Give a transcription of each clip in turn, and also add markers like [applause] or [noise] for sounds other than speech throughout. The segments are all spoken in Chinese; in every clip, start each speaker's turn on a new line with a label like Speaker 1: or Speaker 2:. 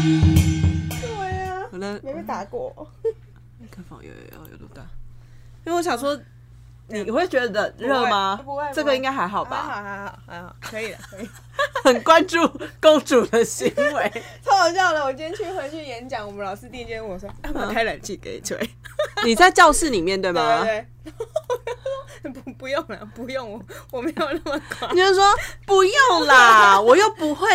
Speaker 1: 对呀、
Speaker 2: 我那
Speaker 1: 没被打过。
Speaker 2: 麦克风有有有有多大？因为我想说，你会觉得
Speaker 1: 会
Speaker 2: 热吗？
Speaker 1: 不会不会
Speaker 2: 这个应该还好
Speaker 1: 还
Speaker 2: 吧？
Speaker 1: 好还好还好，可以的，可以。
Speaker 2: 很关注公主的行为，
Speaker 1: 超好笑的！我今天去回去演讲，我们老师第一件问我说：“要不要开冷气给你吹
Speaker 2: 你在教室里面
Speaker 1: [laughs]
Speaker 2: 对？”
Speaker 1: 对
Speaker 2: 吗？
Speaker 1: 对对， [laughs] 不不用了，不用，我我没有那么夸张
Speaker 2: 你就说不用啦，我又不会，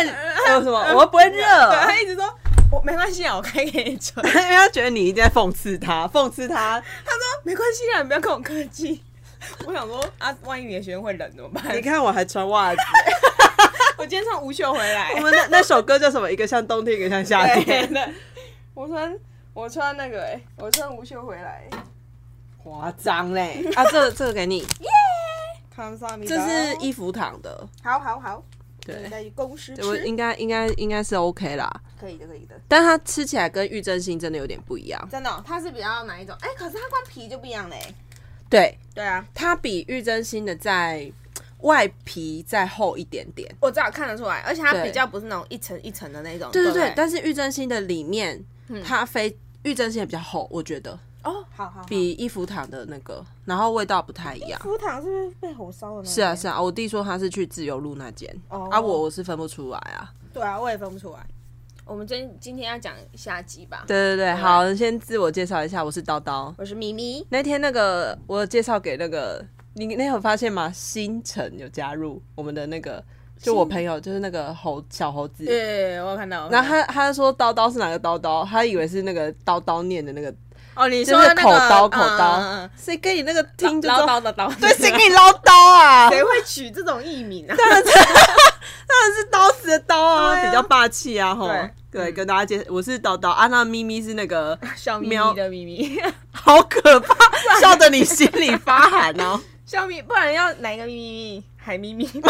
Speaker 2: 还有什么，我又不会热。
Speaker 1: [laughs] 对他一直说：“我没关系啊，我开给你吹。”
Speaker 2: 因为他觉得你一定在讽刺他，讽刺他，
Speaker 1: [laughs] 他说：“没关系啊，你不要跟我客气。” [laughs] 我想说啊，万一你的学生会冷怎么办？
Speaker 2: 你看我还穿袜子。
Speaker 1: [laughs] 我今天穿无袖回来
Speaker 2: [laughs] 我，们那那首歌叫什么？一个像冬天，一个像夏
Speaker 1: 对
Speaker 2: 天。
Speaker 1: 的，我穿我穿那个哎、我穿无袖回来。
Speaker 2: 夸张嘞！啊，这个这个给你，
Speaker 1: 康萨米达，
Speaker 2: 这是衣服糖的，
Speaker 1: 好好好，你
Speaker 2: 对，
Speaker 1: 再去公司
Speaker 2: 我
Speaker 1: 吃，
Speaker 2: 应该应该应该是 OK 啦。
Speaker 1: 可以的，可以的。
Speaker 2: 但它吃起来跟玉珍心真的有点不一样。
Speaker 1: 真的哦、它是比较哪一种？哎、可是它光皮就不一样嘞、
Speaker 2: 对，
Speaker 1: 对啊，
Speaker 2: 它比玉珍心的在外皮再厚一点点。
Speaker 1: 我至少看得出来，而且它
Speaker 2: 对
Speaker 1: 比较不是那种一层一层的那种。
Speaker 2: 对
Speaker 1: 对
Speaker 2: 对
Speaker 1: 不
Speaker 2: 对，嗯但是玉珍心的里面，它非玉珍心也比较厚，我觉得
Speaker 1: 哦，好好好。
Speaker 2: 比一福堂的那个，然后味道不太一样。
Speaker 1: 福糖是不是被火烧的那？
Speaker 2: 是啊是啊，我弟说他是去自由路那间，
Speaker 1: 哦
Speaker 2: 啊我我是分不出来啊。
Speaker 1: 对啊，我也分不出来。我们今今天要讲下集吧。
Speaker 2: 对对对，好，先自我介绍一下，我是叨叨。
Speaker 1: 我是咪咪，
Speaker 2: 那天那个我有介绍给那个你，那天有发现吗？星辰有加入我们的那个，就我朋友就是那个猴小猴子，
Speaker 1: 对，我有看到。
Speaker 2: 然后他他说叨叨是哪个叨叨，他以为是那个叨叨念的那个，
Speaker 1: 哦，你
Speaker 2: 就
Speaker 1: 说
Speaker 2: 是
Speaker 1: 那个
Speaker 2: 口刀口
Speaker 1: 嗯嗯
Speaker 2: 刀
Speaker 1: 嗯，
Speaker 2: 谁跟你那个听就知
Speaker 1: 唠
Speaker 2: 道
Speaker 1: 叨的叨，
Speaker 2: 对，谁跟你唠叨啊？
Speaker 1: 谁会取这种艺名啊？
Speaker 2: 是刀子的刀啊，
Speaker 1: 对啊
Speaker 2: 比较霸气啊，吼
Speaker 1: 对。
Speaker 2: 对，跟大家介，我是叨叨啊，那咪咪是那个，
Speaker 1: 小咪
Speaker 2: 喵
Speaker 1: 咪的咪咪，
Speaker 2: 好可怕，笑得你心里发寒哦。
Speaker 1: 小咪，不然要哪一个咪咪咪？海咪咪，
Speaker 2: [laughs] 你不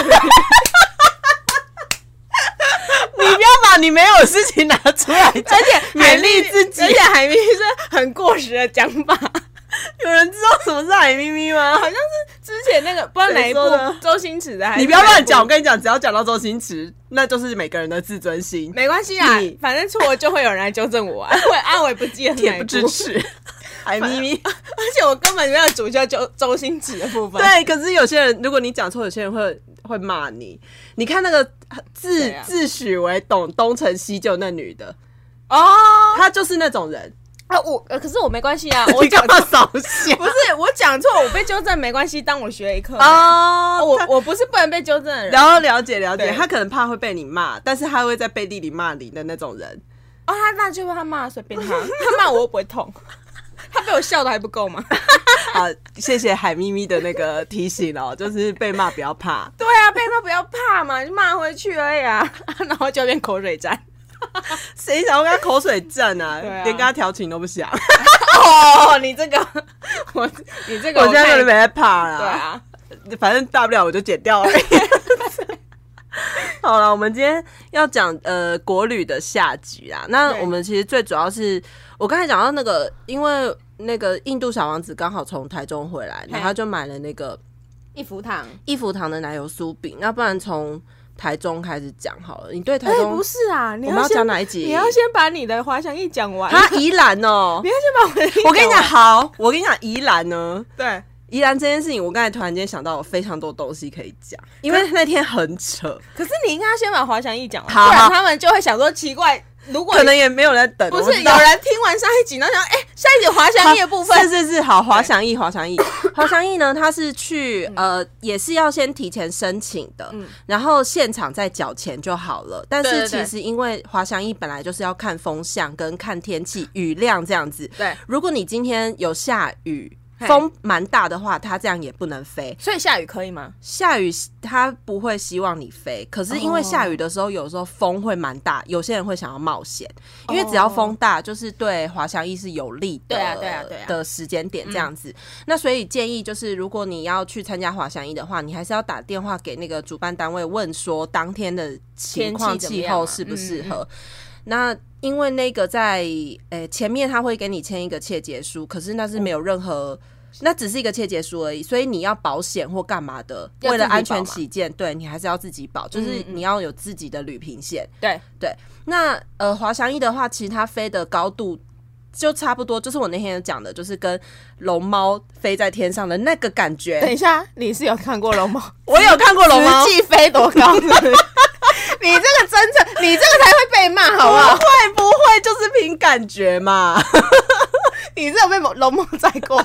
Speaker 2: 要把你没有的事情拿出来，而且勉励自己
Speaker 1: 而。且海咪咪是很过时的讲法，
Speaker 2: [laughs] 有人知道什么是海咪咪 [laughs] 吗？
Speaker 1: 好像是之前那个不知道哪一部
Speaker 2: 谁说的
Speaker 1: 周星驰的，还是
Speaker 2: 你不要
Speaker 1: 哪一
Speaker 2: 乱
Speaker 1: 部
Speaker 2: 讲，我，跟你讲，只要讲到周星驰，那就是每个人的自尊心，
Speaker 1: 没关系啊
Speaker 2: 你，
Speaker 1: 反正错了就会有人来纠正我啊，我也啊我也不记得是哪
Speaker 2: 恬
Speaker 1: 一
Speaker 2: 不
Speaker 1: 部 [laughs]
Speaker 2: 知，耻。海咪咪，
Speaker 1: 而且我根本没有主教周周星驰的部分，
Speaker 2: [laughs] 对，可是有些人，如果你讲错，有些人会会骂你。你看那个自、
Speaker 1: 谁啊
Speaker 2: 自诩为懂东成西就那女的，
Speaker 1: 哦，
Speaker 2: 她就是那种人。
Speaker 1: 啊我呃可是我没关系啊，我
Speaker 2: [laughs] 你干
Speaker 1: 讲
Speaker 2: 嘛扫兴
Speaker 1: [laughs] 不是我讲错，我被纠正没关系，当我学了一课
Speaker 2: [laughs] 哦
Speaker 1: 我我不是不能被纠正的人。
Speaker 2: 然后了解了解，
Speaker 1: 对
Speaker 2: 她可能怕会被你骂，但是她会在背地里骂你的那种人。
Speaker 1: 哦，他那就他骂随便他，他骂我又不会痛，他被我笑的还不够吗？ [laughs]
Speaker 2: 好，谢谢海咪咪的那个提醒哦，就是被骂不要怕。
Speaker 1: 对啊，被骂不要怕嘛，就骂回去而已啊， [laughs] 然后就变口水战。
Speaker 2: 谁想要跟他口水战啊？
Speaker 1: [laughs] 对啊
Speaker 2: 连跟他调情都
Speaker 1: [laughs]
Speaker 2: 不想。
Speaker 1: 哦，你这个，我你这个
Speaker 2: 我现在
Speaker 1: 看
Speaker 2: 有点没在怕啦。
Speaker 1: 对，啊，
Speaker 2: 反正大不了我就剪掉而已。 [laughs] 好了，我们今天要讲呃国旅的下集啦。那
Speaker 1: 对
Speaker 2: 我们其实最主要是我刚才讲到那个，因为那个印度小王子刚好从台中回来，然后他就买了那个
Speaker 1: 一服糖。
Speaker 2: 益福堂的奶油酥饼。那不然从台中开始讲好了。你对
Speaker 1: 哎
Speaker 2: 台，中
Speaker 1: 不，是啊，你
Speaker 2: 我们
Speaker 1: 要
Speaker 2: 要
Speaker 1: 先
Speaker 2: 讲哪一集？
Speaker 1: 你要先把你的滑翔翼讲完，
Speaker 2: 啊宜兰哦、
Speaker 1: 你要先把我的翼
Speaker 2: 我跟你
Speaker 1: 完
Speaker 2: 讲，，好，我跟你讲宜兰呢。
Speaker 1: 对，
Speaker 2: 宜兰这件事情，我刚才突然间想到，有非常多东西可以讲，因为那天很扯，
Speaker 1: 可是你应该先把滑翔翼讲完，
Speaker 2: 好
Speaker 1: 不然
Speaker 2: 好
Speaker 1: 他们就会想说奇怪，如果
Speaker 2: 可能也没有人等。
Speaker 1: 不
Speaker 2: 我
Speaker 1: 是
Speaker 2: 知道
Speaker 1: 有人听完上一集，然后想，哎、下一集滑翔翼的部分
Speaker 2: 好是是是，好，滑翔翼，滑
Speaker 1: [coughs]
Speaker 2: 翔翼，滑翔翼呢，它是去
Speaker 1: 嗯
Speaker 2: 呃，也是要先提前申请的，然后现场再缴钱就好了。但
Speaker 1: 对
Speaker 2: 是
Speaker 1: 对
Speaker 2: 其
Speaker 1: 对
Speaker 2: 实因为滑翔翼本来就是要看风向跟看天气、雨量这样子。
Speaker 1: 对，
Speaker 2: 如果你今天有下雨。
Speaker 1: 嘿
Speaker 2: 风蛮大的话，它这样也不能飞。
Speaker 1: 所以下雨可以吗？
Speaker 2: 下雨它不会希望你飞，可是因为
Speaker 1: 哦
Speaker 2: 下雨的时候，有时候风会蛮大，有些人会想要冒险，因为
Speaker 1: 哦
Speaker 2: 只要风大，就是对滑翔翼是有利的，
Speaker 1: 对啊对啊对啊嗯
Speaker 2: 的时间点这样子。那所以建议就是，如果你要去参加滑翔翼的话，你还是要打电话给那个主办单位问说当天的情况、
Speaker 1: 天气怎么
Speaker 2: 气
Speaker 1: 样啊
Speaker 2: 候适不适合。那因为那个在呃前面他会给你签一个切结书，可是那是没有任何那只是一个切结书而已，所以你要保险或干嘛的，
Speaker 1: 要
Speaker 2: 为了
Speaker 1: 自己保
Speaker 2: 安全
Speaker 1: 嘛
Speaker 2: 起见，对你还是要自己保，就是你要有自己的旅平险。
Speaker 1: 对，
Speaker 2: 对，那呃，滑翔翼的话，其实它飞的高度就差不多，就是我那天有讲的，就是跟龙猫飞在天上的那个感
Speaker 1: 等
Speaker 2: 觉。
Speaker 1: 一下，你是有看过龙猫？
Speaker 2: 我有看过龙猫，
Speaker 1: 实际飞多 [laughs] 高？你这个真正，你这个才会被骂，好不
Speaker 2: 不
Speaker 1: 好？
Speaker 2: 会不会就是凭感觉嘛？ [laughs]
Speaker 1: 你这有被龙猫载过？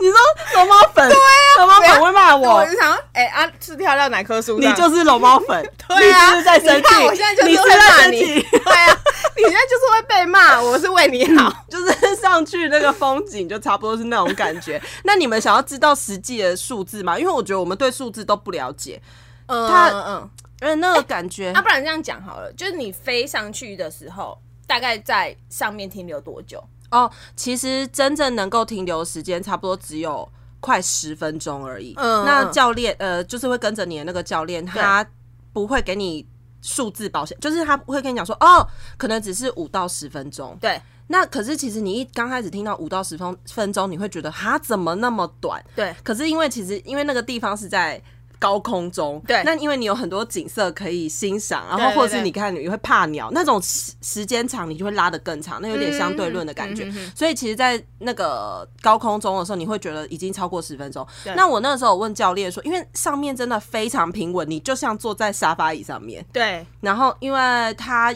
Speaker 2: 你说龙猫粉，对啊，龙猫粉会骂
Speaker 1: [laughs]
Speaker 2: 我
Speaker 1: 我，就想，哎、啊，是跳到哪棵树
Speaker 2: 你
Speaker 1: 上？
Speaker 2: 就是龙猫粉，
Speaker 1: [laughs] 对啊，
Speaker 2: 你是不是在生
Speaker 1: 你看
Speaker 2: 气？
Speaker 1: 我现在就
Speaker 2: 你
Speaker 1: 是
Speaker 2: 是不
Speaker 1: 会
Speaker 2: 是在
Speaker 1: 骂
Speaker 2: 生
Speaker 1: 你，
Speaker 2: 气。 [laughs]
Speaker 1: 对啊，你现在就是会被骂，我是为你好。
Speaker 2: 就是上去那个风景就差不多是那种感觉。那你们想要知道实际的数字吗？因为我觉得我们对数字都不了解，
Speaker 1: 嗯
Speaker 2: 他
Speaker 1: 嗯，
Speaker 2: 因为那个感觉，
Speaker 1: 啊，不然这样讲好了，就是你飞上去的时候，大概在上面停留多久？
Speaker 2: 哦，其实真正能够停留的时间差不多只有快十分钟而已。
Speaker 1: 嗯
Speaker 2: 那
Speaker 1: 嗯
Speaker 2: 教练呃，就是会跟着你的那个教练，他不会给你数字保险，就是他会跟你讲说，哦，可能只是五到十分钟。
Speaker 1: 对
Speaker 2: 那可是其实你一刚开始听到五到十分分钟，你会觉得哈怎么那么短？
Speaker 1: 对，
Speaker 2: 可是因为其实因为那个地方是在高空中，
Speaker 1: 对
Speaker 2: 那因为你有很多景色可以欣赏，然
Speaker 1: 对
Speaker 2: 后
Speaker 1: 对
Speaker 2: 或是
Speaker 1: 对
Speaker 2: 你看你会怕鸟那种时时间长，你就会拉得更长，那有点相对论的感觉。
Speaker 1: 嗯嗯嗯嗯
Speaker 2: 所以其实，在那个高空中的时候，你会觉得已经超过十分钟
Speaker 1: 对。
Speaker 2: 那我那时候我问教练说，因为上面真的非常平稳，你就像坐在沙发椅上面，
Speaker 1: 对
Speaker 2: 然后因为它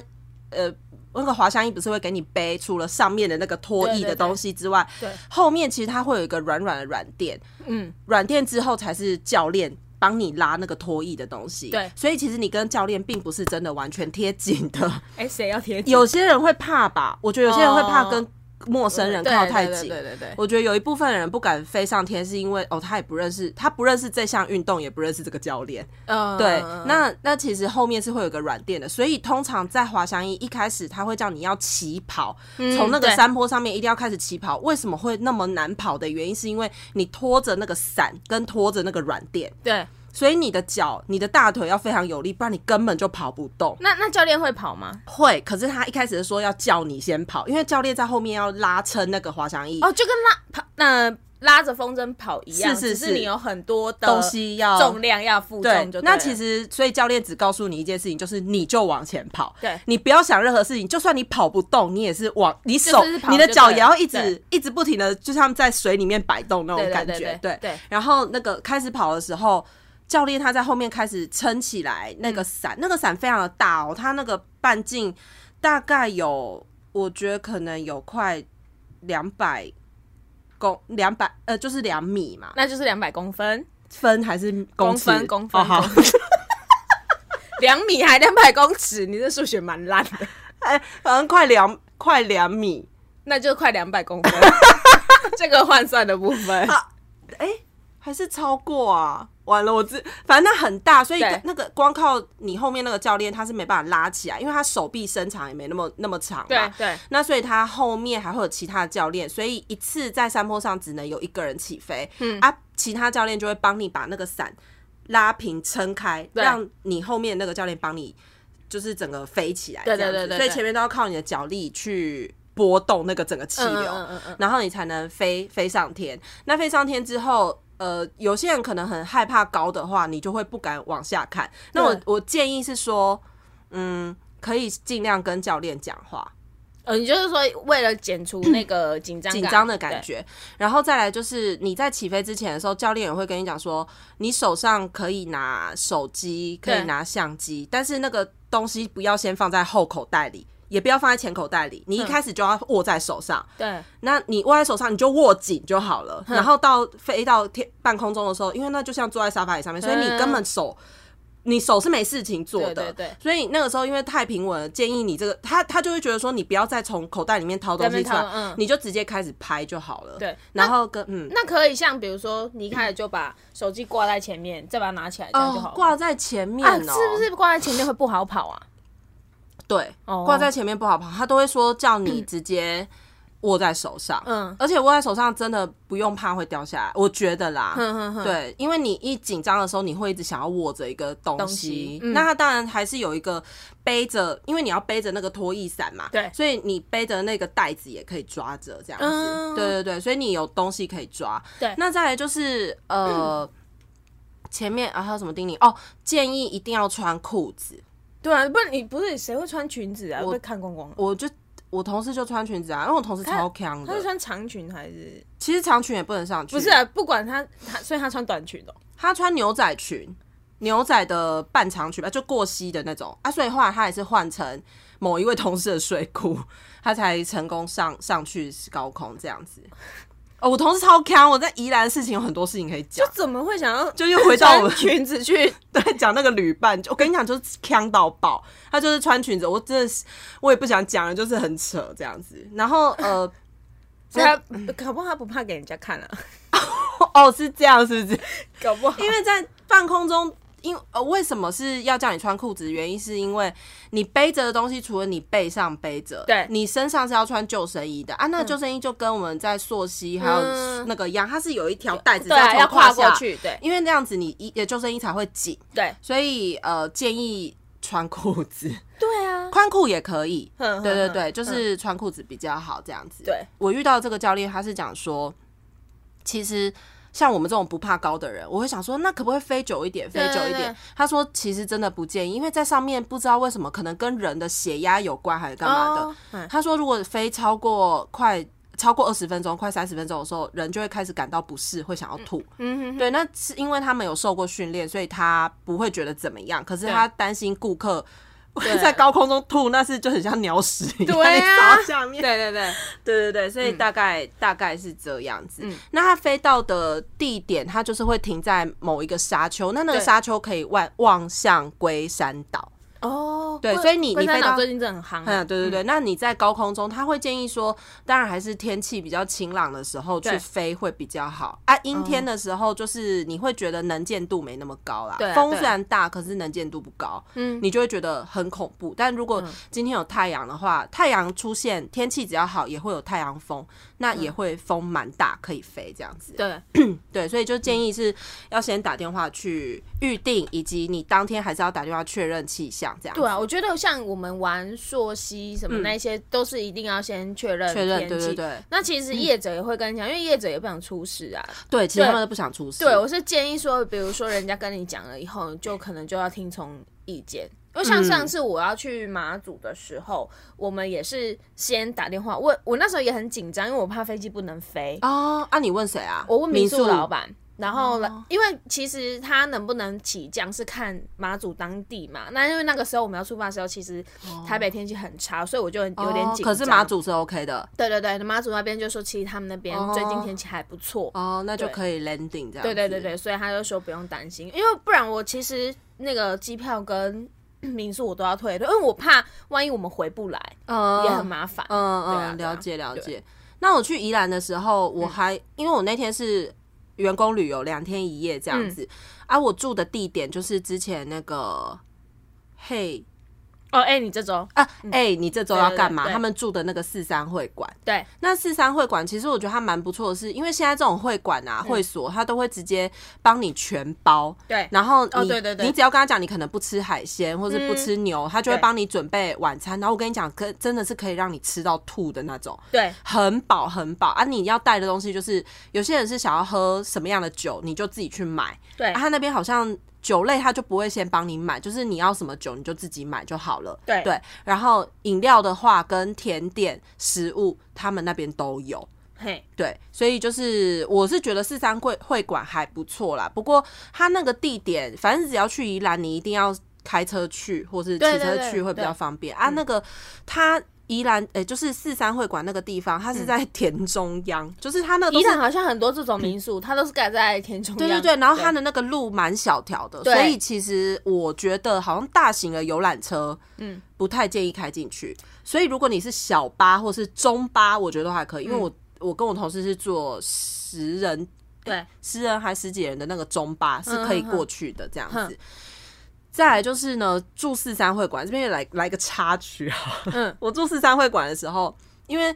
Speaker 2: 呃。那个滑翔翼不是会给你背，除了上面的那个拖
Speaker 1: 对
Speaker 2: 翼
Speaker 1: 对
Speaker 2: 的
Speaker 1: 对
Speaker 2: 东西之外，
Speaker 1: 对，
Speaker 2: 后面其实它会有一个软软的软垫，
Speaker 1: 嗯，
Speaker 2: 软垫之后才是教练帮你拉那个脱衣的东西。
Speaker 1: 对
Speaker 2: 所以其实你跟教练并不是真的完全贴
Speaker 1: [laughs]
Speaker 2: 紧的。
Speaker 1: 哎、谁要贴？
Speaker 2: 有些人会怕吧，我觉得有些人会怕
Speaker 1: 哦
Speaker 2: 跟陌生人
Speaker 1: 对
Speaker 2: 靠
Speaker 1: 对
Speaker 2: 太
Speaker 1: 对
Speaker 2: 紧。
Speaker 1: 对对对
Speaker 2: 我觉得有一部分人不敢飞上天，是因为哦，他也不认识，他不认识这项运动，也不认识这个教练。
Speaker 1: 嗯
Speaker 2: 对，那那其实后面是会有个软垫的，所以通常在滑翔翼一开始，他会叫你要起跑，
Speaker 1: 嗯
Speaker 2: 从、那个
Speaker 1: 对
Speaker 2: 山坡上面一定要开始起跑。为什么会那么难跑的原因，是因为你拖着那个伞跟拖着那个软垫，
Speaker 1: 对，
Speaker 2: 所以你的脚、你的大腿要非常有力，不然你根本就跑不动。
Speaker 1: 那那教练会跑吗？
Speaker 2: 会，可是他一开始是说要叫你先跑，因为教练在后面要拉撑那个滑翔翼。
Speaker 1: 哦，就跟拉跑那、拉着风筝跑一样，
Speaker 2: 是是
Speaker 1: 只
Speaker 2: 是
Speaker 1: 是你有很多的
Speaker 2: 东西要
Speaker 1: 重量要负重就
Speaker 2: 那
Speaker 1: 对
Speaker 2: 其
Speaker 1: 了
Speaker 2: 实，所以教练只告诉你一件事情，就是你就往前跑，
Speaker 1: 对
Speaker 2: 你不要想任何事情，就算你跑不动，你也是往你手
Speaker 1: 就是、跑
Speaker 2: 你的脚也要一
Speaker 1: 就对
Speaker 2: 直一直不停的，就像在水里面摆动那
Speaker 1: 对
Speaker 2: 种
Speaker 1: 对
Speaker 2: 感觉，
Speaker 1: 对对对
Speaker 2: 然后那个开始跑的时候，教练他在后面开始撑起来那
Speaker 1: 嗯
Speaker 2: 个伞，那个伞非常的大哦，它那个半径大概有，我觉得可能有快两百。公两百呃，就是两米嘛，
Speaker 1: 那就是两百公分， [laughs]
Speaker 2: 分还是公
Speaker 1: 公
Speaker 2: 尺
Speaker 1: 分公分
Speaker 2: 哦好
Speaker 1: 公，两米还两百公尺，你这数学蛮烂的，
Speaker 2: [laughs] 哎、好像快两快两米，
Speaker 1: 那就快两百公分， [laughs] 这个换算的部分。
Speaker 2: 哎、还是超过啊！完了，我知，反正它很大，所以
Speaker 1: 对
Speaker 2: 那个光靠你后面那个教练他是没办法拉起来，因为他手臂伸长也没那么那么长嘛。
Speaker 1: 对对，
Speaker 2: 那所以他后面还会有其他的教练，所以一次在山坡上只能有一个人起飞，
Speaker 1: 嗯
Speaker 2: 啊，其他教练就会帮你把那个伞拉平撑开，
Speaker 1: 对
Speaker 2: 让你后面那个教练帮你就是整个飞起来这
Speaker 1: 对
Speaker 2: 样子，
Speaker 1: 对对对
Speaker 2: 所以
Speaker 1: 对
Speaker 2: 前面都要靠你的脚力去拨动那个整个气流，
Speaker 1: 嗯嗯嗯嗯嗯
Speaker 2: 然后你才能飞飞上天。那飞上天之后。呃，有些人可能很害怕高的话，你就会不敢往下看。那我
Speaker 1: 对
Speaker 2: 我建议是说，嗯，可以尽量跟教练讲话，
Speaker 1: 呃，你就是说为了减除那
Speaker 2: [clears throat]
Speaker 1: 个紧张
Speaker 2: 紧张
Speaker 1: 对
Speaker 2: 的感觉。然后再来就是你在起飞之前的时候，教练也会跟你讲说，你手上可以拿手机，可以
Speaker 1: 对
Speaker 2: 拿相机，但是那个东西不要先放在后口袋里，也不要放在前口袋里，你
Speaker 1: 嗯
Speaker 2: 一开始就要握在手上。
Speaker 1: 对，
Speaker 2: 那你握在手上，你就握紧就好了。然后到飞到天半空中的时候，因为那就像坐在沙发椅上面，所以你根本手。你手是没事情做
Speaker 1: 嗯
Speaker 2: 的，
Speaker 1: 对对对
Speaker 2: 所以那个时候因为太平稳了，建议你这个他他就会觉得说你不要再从口袋里面掏东西出
Speaker 1: 在那
Speaker 2: 来
Speaker 1: 边，掏嗯
Speaker 2: 你就直接开始拍就好了。
Speaker 1: 对
Speaker 2: 然后跟嗯
Speaker 1: 那可以像比如说，你一开始就把手机挂在前面，再把它拿起来，这样就好
Speaker 2: 哦
Speaker 1: 了。
Speaker 2: 挂在前面
Speaker 1: 啊，
Speaker 2: 哦，
Speaker 1: 是不是挂在前面会不好 [laughs] 跑啊？
Speaker 2: 对，
Speaker 1: 哦
Speaker 2: 挂在前面不好跑，他都会说叫你直接握在手上，
Speaker 1: 嗯
Speaker 2: 而且握在手上真的不用怕会掉下来，我觉得啦，
Speaker 1: 嗯哼哼哼，
Speaker 2: 对，因为你一紧张的时候，你会一直想要握着一个东西。
Speaker 1: 东西嗯
Speaker 2: 那它当然还是有一个背着，因为你要背着那个拖曳伞嘛，
Speaker 1: 对
Speaker 2: 所以你背着那个袋子也可以抓着这样子。
Speaker 1: 嗯
Speaker 2: 对对对，所以你有东西可以抓。
Speaker 1: 对
Speaker 2: 那再来就是呃，前面啊还有什么叮咛？哦，建议一定要穿裤子。
Speaker 1: 对啊，不然你不是谁会穿裙子啊？
Speaker 2: 我
Speaker 1: 被看光光了。
Speaker 2: 我就我同事就穿裙子啊，因为我同事超强
Speaker 1: 他
Speaker 2: 的
Speaker 1: 是，穿长裙还是
Speaker 2: 其实长裙也不能上去，
Speaker 1: 不是啊？不管他他，所以他穿短裙哦、
Speaker 2: 她穿牛仔裙，牛仔的半长裙吧，啊就过膝的那种啊，所以后来她也是换成某一位同事的睡裤，她才成功上上去高空这样子。哦，我同事超强，我在宜兰的事情有很多事情可以讲
Speaker 1: [laughs] 就，怎么会想要
Speaker 2: 就又回到我们
Speaker 1: 穿裙子 [laughs] 去？
Speaker 2: 对，讲那个旅伴，就我跟你讲，就是呛到爆。他就是穿裙子，我真的是我也不想讲了，就是很扯这样子。然后呃，
Speaker 1: 所以他搞不好他不怕给人家看啊，
Speaker 2: 哦是这样，是不是？
Speaker 1: 搞不 [laughs] 好
Speaker 2: 因为在半空中，因呃为什么是要叫你穿裤子？原因是因为你背着的东西，除了你背上背着，
Speaker 1: 对
Speaker 2: 你身上是要穿救生衣的啊。那救生衣就跟我们在溯溪还有
Speaker 1: 嗯
Speaker 2: 那个一样，它是有一条带子
Speaker 1: 对啊，
Speaker 2: 从
Speaker 1: 要跨
Speaker 2: 胯
Speaker 1: 过
Speaker 2: 下，
Speaker 1: 去，对
Speaker 2: 因为那样子你衣呃救生衣才会紧，
Speaker 1: 对
Speaker 2: 所以呃建议穿裤子， [laughs]
Speaker 1: 对啊，
Speaker 2: 宽裤也可以。
Speaker 1: 对
Speaker 2: 对对对，就是穿裤子比较好这样子。
Speaker 1: 嗯对，
Speaker 2: 我遇到这个教练，他是讲说，其实像我们这种不怕高的人，我会想说，那可不可以飞久一点，飞
Speaker 1: 对
Speaker 2: 久一
Speaker 1: 对
Speaker 2: 点
Speaker 1: 对？
Speaker 2: 他说，其实真的不建议，因为在上面不知道为什么，可能跟人的血压有关，还是干嘛的。
Speaker 1: 的，
Speaker 2: 他说，如果飞超过快超过二十分钟，快三十分钟的时候，人就会开始感到不适，会想要吐。
Speaker 1: 嗯哼，
Speaker 2: 对，那是因为他们有受过训练，所以他不会觉得怎么样。可是他担心顾客会
Speaker 1: 对
Speaker 2: [laughs] 在高空中吐，那是就很像鸟屎一
Speaker 1: 对
Speaker 2: 样，你
Speaker 1: 啊
Speaker 2: 砸到下面。嗯
Speaker 1: 对对对，
Speaker 2: 对对对，所以大概、大概是这样子。
Speaker 1: 嗯
Speaker 2: 那它飞到的地点，它就是会停在某一个沙丘，那那个
Speaker 1: 对
Speaker 2: 沙丘可以望望向龟山岛。
Speaker 1: 哦，
Speaker 2: 对
Speaker 1: 龟
Speaker 2: 所以你
Speaker 1: 龟
Speaker 2: 你
Speaker 1: 山
Speaker 2: 飞
Speaker 1: 岛
Speaker 2: 到
Speaker 1: 最近真的很夯啊，
Speaker 2: 嗯，对对对，那你在高空中，他会建议说，当然还是天气比较晴朗的时候去
Speaker 1: 对嗯
Speaker 2: 飞会比较好啊。阴天的时候，就是你会觉得能见度没那么高啦，
Speaker 1: 对啊
Speaker 2: 风
Speaker 1: 对啊
Speaker 2: 虽然大，可是能见度不高，
Speaker 1: 嗯
Speaker 2: 你就会觉得很恐怖。但如果今天有太阳的话，太阳出现，天气只要好，也会有太阳风，那
Speaker 1: 嗯
Speaker 2: 也会风蛮大，可以飞这样子。
Speaker 1: 对，
Speaker 2: 对，所以就
Speaker 1: 嗯
Speaker 2: 建议是要先打电话去预定，以及你当天还是要打电话确认气象这样子。
Speaker 1: 对啊，我觉得像我们玩溯溪什么那些，都是一定要先确认
Speaker 2: 嗯确认，
Speaker 1: 天
Speaker 2: 对
Speaker 1: 气
Speaker 2: 对。嗯对，
Speaker 1: 那其实业者也会跟你讲，因为业者也不想出事啊。
Speaker 2: 对，其实他们都不想出事。
Speaker 1: 对，我是建议说，比如说人家跟你讲了以后，你就可能就要听从意见。因为
Speaker 2: 嗯
Speaker 1: 像上次我要去马祖的时候，我们也是先打电话，我我那时候也很紧张，因为我怕飞机不能飞。
Speaker 2: 哦，啊，你问谁啊？
Speaker 1: 我问民
Speaker 2: 民哦
Speaker 1: 宿老，板，然后呢，因为其实他能不能起降是看马祖当地嘛。那因为那个时候我们要出发的时候，其实台北天气很差，所以我就有点
Speaker 2: 哦
Speaker 1: 紧张。
Speaker 2: 可是马，祖是 OK 的
Speaker 1: 对对对，马祖那边就说其实他们那边最近天气还不错。
Speaker 2: 哦，那就可以 landing 这样。
Speaker 1: 对对对，对，所以他就说不用担心，因为不然我其实那个机票跟 [clears throat] 民宿我都要退，因为我怕万一我们回不来
Speaker 2: 嗯，
Speaker 1: 也很麻烦。
Speaker 2: 嗯
Speaker 1: 对啊
Speaker 2: 嗯，
Speaker 1: 对啊
Speaker 2: 了解了
Speaker 1: 对嗯
Speaker 2: 解。那我去宜兰的时候，我还、因为我那天是员工旅游两天一夜这
Speaker 1: 嗯
Speaker 2: 样子、啊，我住的地点就是之前那个嘿
Speaker 1: 哦，哎，你这周
Speaker 2: 啊哎、你这周要干嘛？
Speaker 1: 对对对
Speaker 2: 他们住的那个四三会馆。
Speaker 1: 对
Speaker 2: 那四三会馆其实我觉得它蛮不错的是，因为现在这种会馆啊、
Speaker 1: 嗯
Speaker 2: 会所，它都会直接帮你全包，
Speaker 1: 对
Speaker 2: 然后你、
Speaker 1: 哦对对对嗯
Speaker 2: 你只要跟他讲你可能不吃海鲜或是不吃牛，他就会
Speaker 1: 对
Speaker 2: 帮你准备晚餐。然后我跟你讲，可真的是可以让你吃到吐的那种，
Speaker 1: 对
Speaker 2: 很饱很饱啊！你要带的东西就是，有些人是想要喝什么样的酒，你就自己去买。
Speaker 1: 对
Speaker 2: 啊，他那边好像酒类他就不会先帮你买，就是你要什么酒你就自己买就好了。
Speaker 1: 对
Speaker 2: 对，然后饮料的话跟甜点、食物，他们那边都有。
Speaker 1: 嘿，
Speaker 2: 对，所以就是我是觉得四三会会馆还不错啦，不过它那个地点，反正只要去宜兰，你一定要开车去或是
Speaker 1: 对
Speaker 2: 骑
Speaker 1: 对
Speaker 2: 车
Speaker 1: 对
Speaker 2: 去会比
Speaker 1: 对
Speaker 2: 较方便啊。那个它宜兰，诶、就是四三会馆那个地方，它是在 [laughs] 田中央，就是它那个都
Speaker 1: 宜
Speaker 2: 是嗯
Speaker 1: 兰好像很多这种民宿，它都是盖在田中央。
Speaker 2: 对对对，然后它的那个路蛮小条的，
Speaker 1: 对
Speaker 2: 所以其实我觉得好像大型的游览车，嗯
Speaker 1: 嗯，
Speaker 2: 不太建议开进去。所以如果你是小巴或是中巴，我觉得都还可以，因为我我跟我同事是坐十人，
Speaker 1: 对
Speaker 2: 诶十人还十几人的那个中巴是可以过去的这样子。
Speaker 1: 嗯
Speaker 2: 再来就是呢，住四三会馆这边也来来个插曲哈。啊 [laughs]
Speaker 1: 嗯
Speaker 2: 我住四三会馆的时候，因为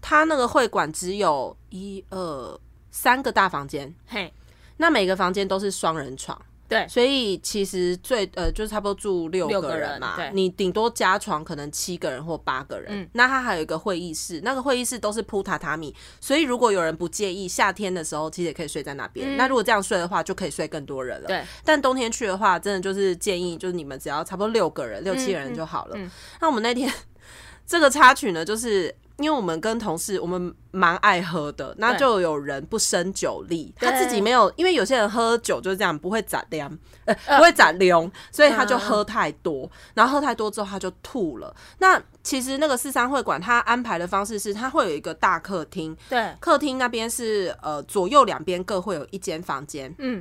Speaker 2: 它那个会馆只有一二三个大房间，
Speaker 1: 嘿，
Speaker 2: 那每个房间都是双人床，
Speaker 1: 对
Speaker 2: 所以其实最呃就是差不多住六
Speaker 1: 六
Speaker 2: 个
Speaker 1: 个
Speaker 2: 人
Speaker 1: 人
Speaker 2: 嘛，
Speaker 1: 对
Speaker 2: 你顶多加床可能七个人或八个人。
Speaker 1: 嗯
Speaker 2: 那它还有一个会议室，那个会议室都是铺榻榻米，所以如果有人不介意，夏天的时候其实也可以睡在那边。
Speaker 1: 嗯
Speaker 2: 那如果这样睡的话，就可以睡更多人了。
Speaker 1: 对，
Speaker 2: 但冬天去的话，真的就是建议就是你们只要差不多六个人、六七个人就好了。
Speaker 1: 嗯嗯
Speaker 2: 那我们那天 [laughs] 这个插曲呢，就是。因为我们跟同事，我们蛮爱喝的，那
Speaker 1: 对
Speaker 2: 就有人不胜酒力，他自己
Speaker 1: 对
Speaker 2: 没有，因为有些人喝酒就是这样，不会咋凉，呃，不会咋凉，所以他就
Speaker 1: 嗯
Speaker 2: 喝太多，然后喝太多之后他就吐了。那其实那个四三会馆，他安排的方式是，他会有一个大客厅，
Speaker 1: 对，
Speaker 2: 客厅那边是呃左右两边各会有一间房间，
Speaker 1: 嗯，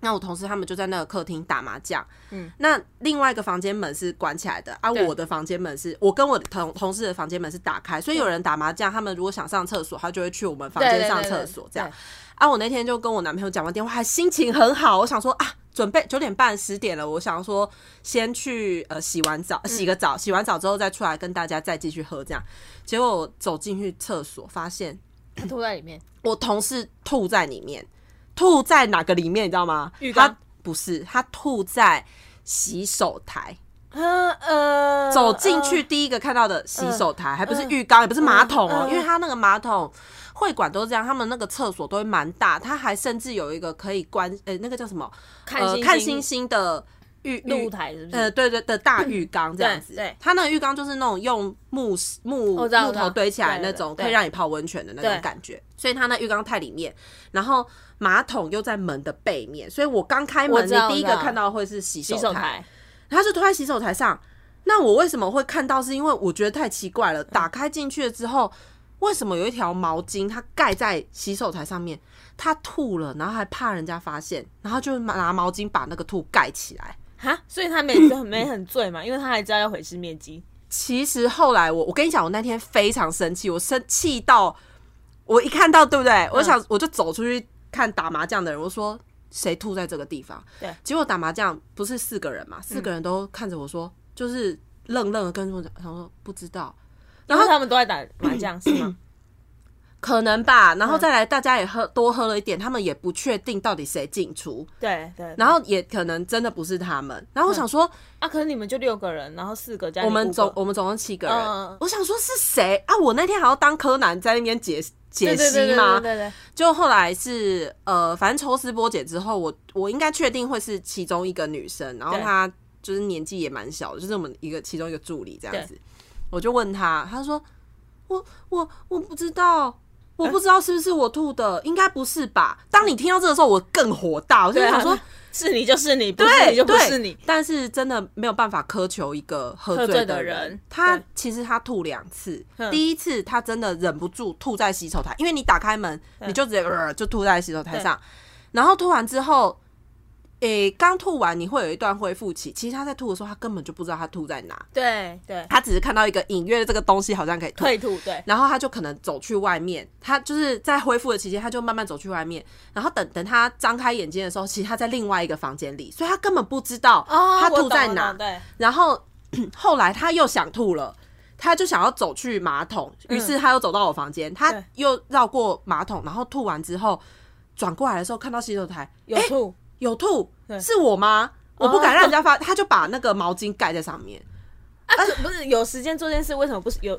Speaker 2: 那我同事他们就在那个客厅打麻将，嗯
Speaker 1: 嗯，
Speaker 2: 那另外一个房间门是关起来的啊，
Speaker 1: 对
Speaker 2: 我的房间门是我跟我的同同事的房间门是打开，所以有人打麻将，他们如果想上厕所，他就会去我们房
Speaker 1: 对
Speaker 2: 间
Speaker 1: 对
Speaker 2: 上
Speaker 1: 对
Speaker 2: 厕
Speaker 1: 对
Speaker 2: 所
Speaker 1: 对
Speaker 2: 这样。啊，我那天就跟我男朋友讲完电话，还心情很好，我想说啊，准备九点半十点了，我想说先去呃洗完
Speaker 1: 嗯
Speaker 2: 澡，洗个澡，洗完澡之后再出来跟大家再继续喝这样。结果我走进去厕所，发现
Speaker 1: 吐在里
Speaker 2: [laughs]
Speaker 1: 面，
Speaker 2: 我同事吐在里面，吐在哪个里面你知道吗？
Speaker 1: 浴缸
Speaker 2: 他不是，他吐在洗手台。
Speaker 1: 呃呃，
Speaker 2: 走进去第一个看到的洗手台，还不是浴缸，也不是马桶哦，
Speaker 1: 嗯嗯嗯
Speaker 2: 因为他那个马桶会馆都是这样，他们那个厕所都会蛮大，他还甚至有一个可以关，呃、那个叫什么？
Speaker 1: 看
Speaker 2: 呃，
Speaker 1: 星
Speaker 2: 看星星的浴
Speaker 1: 露
Speaker 2: 浴
Speaker 1: 台是不
Speaker 2: 呃，
Speaker 1: 是？
Speaker 2: 对对的大浴缸这样子，
Speaker 1: 对对
Speaker 2: 它那个浴缸就是那种用木木
Speaker 1: 我知道
Speaker 2: 木头堆起来
Speaker 1: 我知道
Speaker 2: 那种，
Speaker 1: 对对对
Speaker 2: 可以让你泡温泉的那种
Speaker 1: 对
Speaker 2: 感觉，所以它那浴缸太里面，然后马桶又在门的背面，所以我刚开
Speaker 1: 我
Speaker 2: 门，
Speaker 1: 知
Speaker 2: 你
Speaker 1: 道
Speaker 2: 第一个
Speaker 1: 我知道
Speaker 2: 看到会是洗手
Speaker 1: 洗手
Speaker 2: 台，
Speaker 1: 台，
Speaker 2: 它就拖在洗手台上。那我为什么会看到？是因为我觉得太奇怪
Speaker 1: 嗯
Speaker 2: 了，打开进去了之后。为什么有一条毛巾它盖在洗手台上面？它吐了，然后还怕人家发现，然后就拿毛巾把那个吐盖起来。
Speaker 1: 哈，所以他没没很醉嘛，因为他还知道要毁尸灭迹。
Speaker 2: 其实后来我，我跟你讲，我那天非常生气，我生气到我一看到，对不对？我想我就走出去看打麻将的人，我说谁吐在这个地方？
Speaker 1: 对
Speaker 2: 结果打麻将不是四个人嘛，四个人都看着我说，就是愣愣的跟我讲，他说不知道，
Speaker 1: 然后他们都在打麻将是
Speaker 2: [clears throat]
Speaker 1: 吗？
Speaker 2: 可能吧。然后再来，大家也喝多喝了一点，他们也不确定到底谁进出，
Speaker 1: 对对。
Speaker 2: 然后也可能真的不是他们。然后我想说，
Speaker 1: 啊，可是你们就六个人，然后四个加你
Speaker 2: 我们
Speaker 1: 五个
Speaker 2: 总我们总共七个人，
Speaker 1: 嗯嗯嗯
Speaker 2: 我想说是谁啊？我那天还要当柯南在那边解解
Speaker 1: 对对对
Speaker 2: 析
Speaker 1: 对
Speaker 2: 吗？
Speaker 1: 对对
Speaker 2: 就后来是呃，反正抽丝剥茧之后，我我应该确定会是其中一个女生，然后
Speaker 1: 对
Speaker 2: 她就是年纪也蛮小的，就是我们一个其中一个助理这样子。我就问她，她说我我我不知
Speaker 1: 嗯
Speaker 2: 道。我不知道是不是我吐的，应该不是吧？当你听到这个时候，我更火大，我
Speaker 1: 嗯
Speaker 2: 就
Speaker 1: 对啊
Speaker 2: 想说，
Speaker 1: 是你就是你，不是
Speaker 2: 对，
Speaker 1: 你就不
Speaker 2: 对
Speaker 1: 是你。
Speaker 2: 但是真的没有办法苛求一个喝
Speaker 1: 喝
Speaker 2: 醉
Speaker 1: 醉的
Speaker 2: 人。
Speaker 1: 人
Speaker 2: 他
Speaker 1: 对
Speaker 2: 其实他吐两次，
Speaker 1: 嗯
Speaker 2: 第一次他真的忍不住吐在洗手台，因为你打开门你就直接、呃、就吐在洗手台上，然后吐完之后。诶，刚吐完你会有一段恢复期。其实他在吐的时候，他根本就不知道他吐在哪，
Speaker 1: 对对，
Speaker 2: 他只是看到一个隐约的这个东西好像可以吐，
Speaker 1: 退吐对
Speaker 2: 然后他就可能走去外面，他就是在恢复的期间，他就慢慢走去外面，然后等等他张开眼睛的时候，其实他在另外一个房间里，所以他根本不知道他
Speaker 1: 哦我
Speaker 2: 吐
Speaker 1: 懂
Speaker 2: 在
Speaker 1: 我
Speaker 2: 哪。
Speaker 1: 懂对，
Speaker 2: 然后后来他又想吐了。他就想要走去马桶，于是他又走到我房间，他
Speaker 1: 对
Speaker 2: 又绕过马桶，然后吐完之后转过来的时候，看到洗手台
Speaker 1: 有吐，
Speaker 2: 有吐，
Speaker 1: 对哦
Speaker 2: 是我吗？我不敢让人家发，他就把那个毛巾盖在上面，
Speaker 1: 啊，可不 [laughs] 是有时间做这件事，为什么不是有？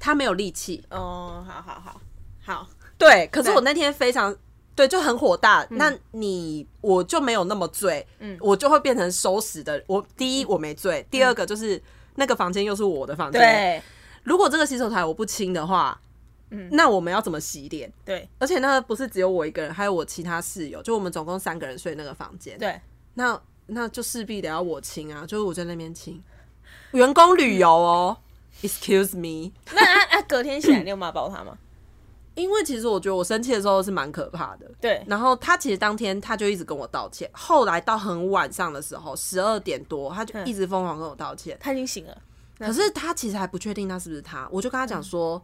Speaker 2: 他没有力气，
Speaker 1: 哦，好好好好，
Speaker 2: 对，可是
Speaker 1: 对
Speaker 2: 我那天非常对，就很火大。那你我就没有那么醉，
Speaker 1: 嗯
Speaker 2: 我就会变成收拾的。我第一我没醉，第二个就是、那个房间又是我的房间。
Speaker 1: 对
Speaker 2: 如果这个洗手台我不清的话，
Speaker 1: 嗯
Speaker 2: 那我们要怎么洗脸？
Speaker 1: 对
Speaker 2: 而且那不是只有我一个人，还有我其他室友，就我们总共三个人睡那个房间。
Speaker 1: 对，
Speaker 2: 那那就势必得要我清啊，就是我在那边清。员工旅游哦、e x c u s e me，
Speaker 1: 那啊啊，隔天起来你有骂爆他 [coughs] 吗？
Speaker 2: 因为其实我觉得我生气的时候是蛮可怕的。
Speaker 1: 对，
Speaker 2: 然后他其实当天他就一直跟我道歉，后来到很晚上的时候，十二点多，他就一直疯狂跟我道歉。
Speaker 1: 他已经醒了，
Speaker 2: 可是他其实还不确定那是不是他，我就跟他讲说，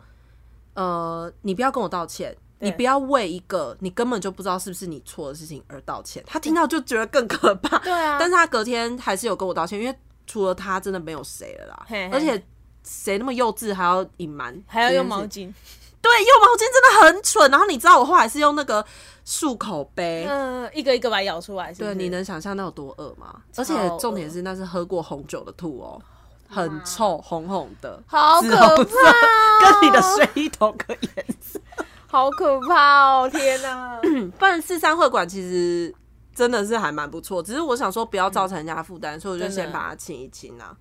Speaker 2: 呃，你不要跟我道歉，
Speaker 1: 嗯对
Speaker 2: 你不要为一个你根本就不知道是不是你错的事情而道歉。他听到就觉得更可怕，
Speaker 1: [laughs] 对啊
Speaker 2: 但是他隔天还是有跟我道歉，因为除了他真的没有谁了啦，
Speaker 1: 嘿嘿
Speaker 2: 而且。谁那么幼稚还要隐瞒？
Speaker 1: 还要用毛？巾，
Speaker 2: 对，用毛巾真的很蠢。然后你知道我后来是用那个漱口杯，
Speaker 1: 嗯、一个一个把它咬出来，是不
Speaker 2: 对，
Speaker 1: 是
Speaker 2: 你能想象那有多饿吗？而且
Speaker 1: 超
Speaker 2: 重点
Speaker 1: 饿
Speaker 2: 是那是喝过红酒的吐哦，很臭，红红
Speaker 1: [laughs]
Speaker 2: 的，
Speaker 1: 好
Speaker 2: 紫红
Speaker 1: 可
Speaker 2: 色
Speaker 1: 怕、哦，
Speaker 2: 跟你的
Speaker 1: [laughs]
Speaker 2: 睡衣同个颜色。
Speaker 1: 好可怕哦！天 [coughs] 哪，
Speaker 2: 办四三会馆其实真的是还蛮不错，只是我想说不要造成人家负担，所以我
Speaker 1: 嗯
Speaker 2: 就
Speaker 1: 真的
Speaker 2: 先把它清一清啊。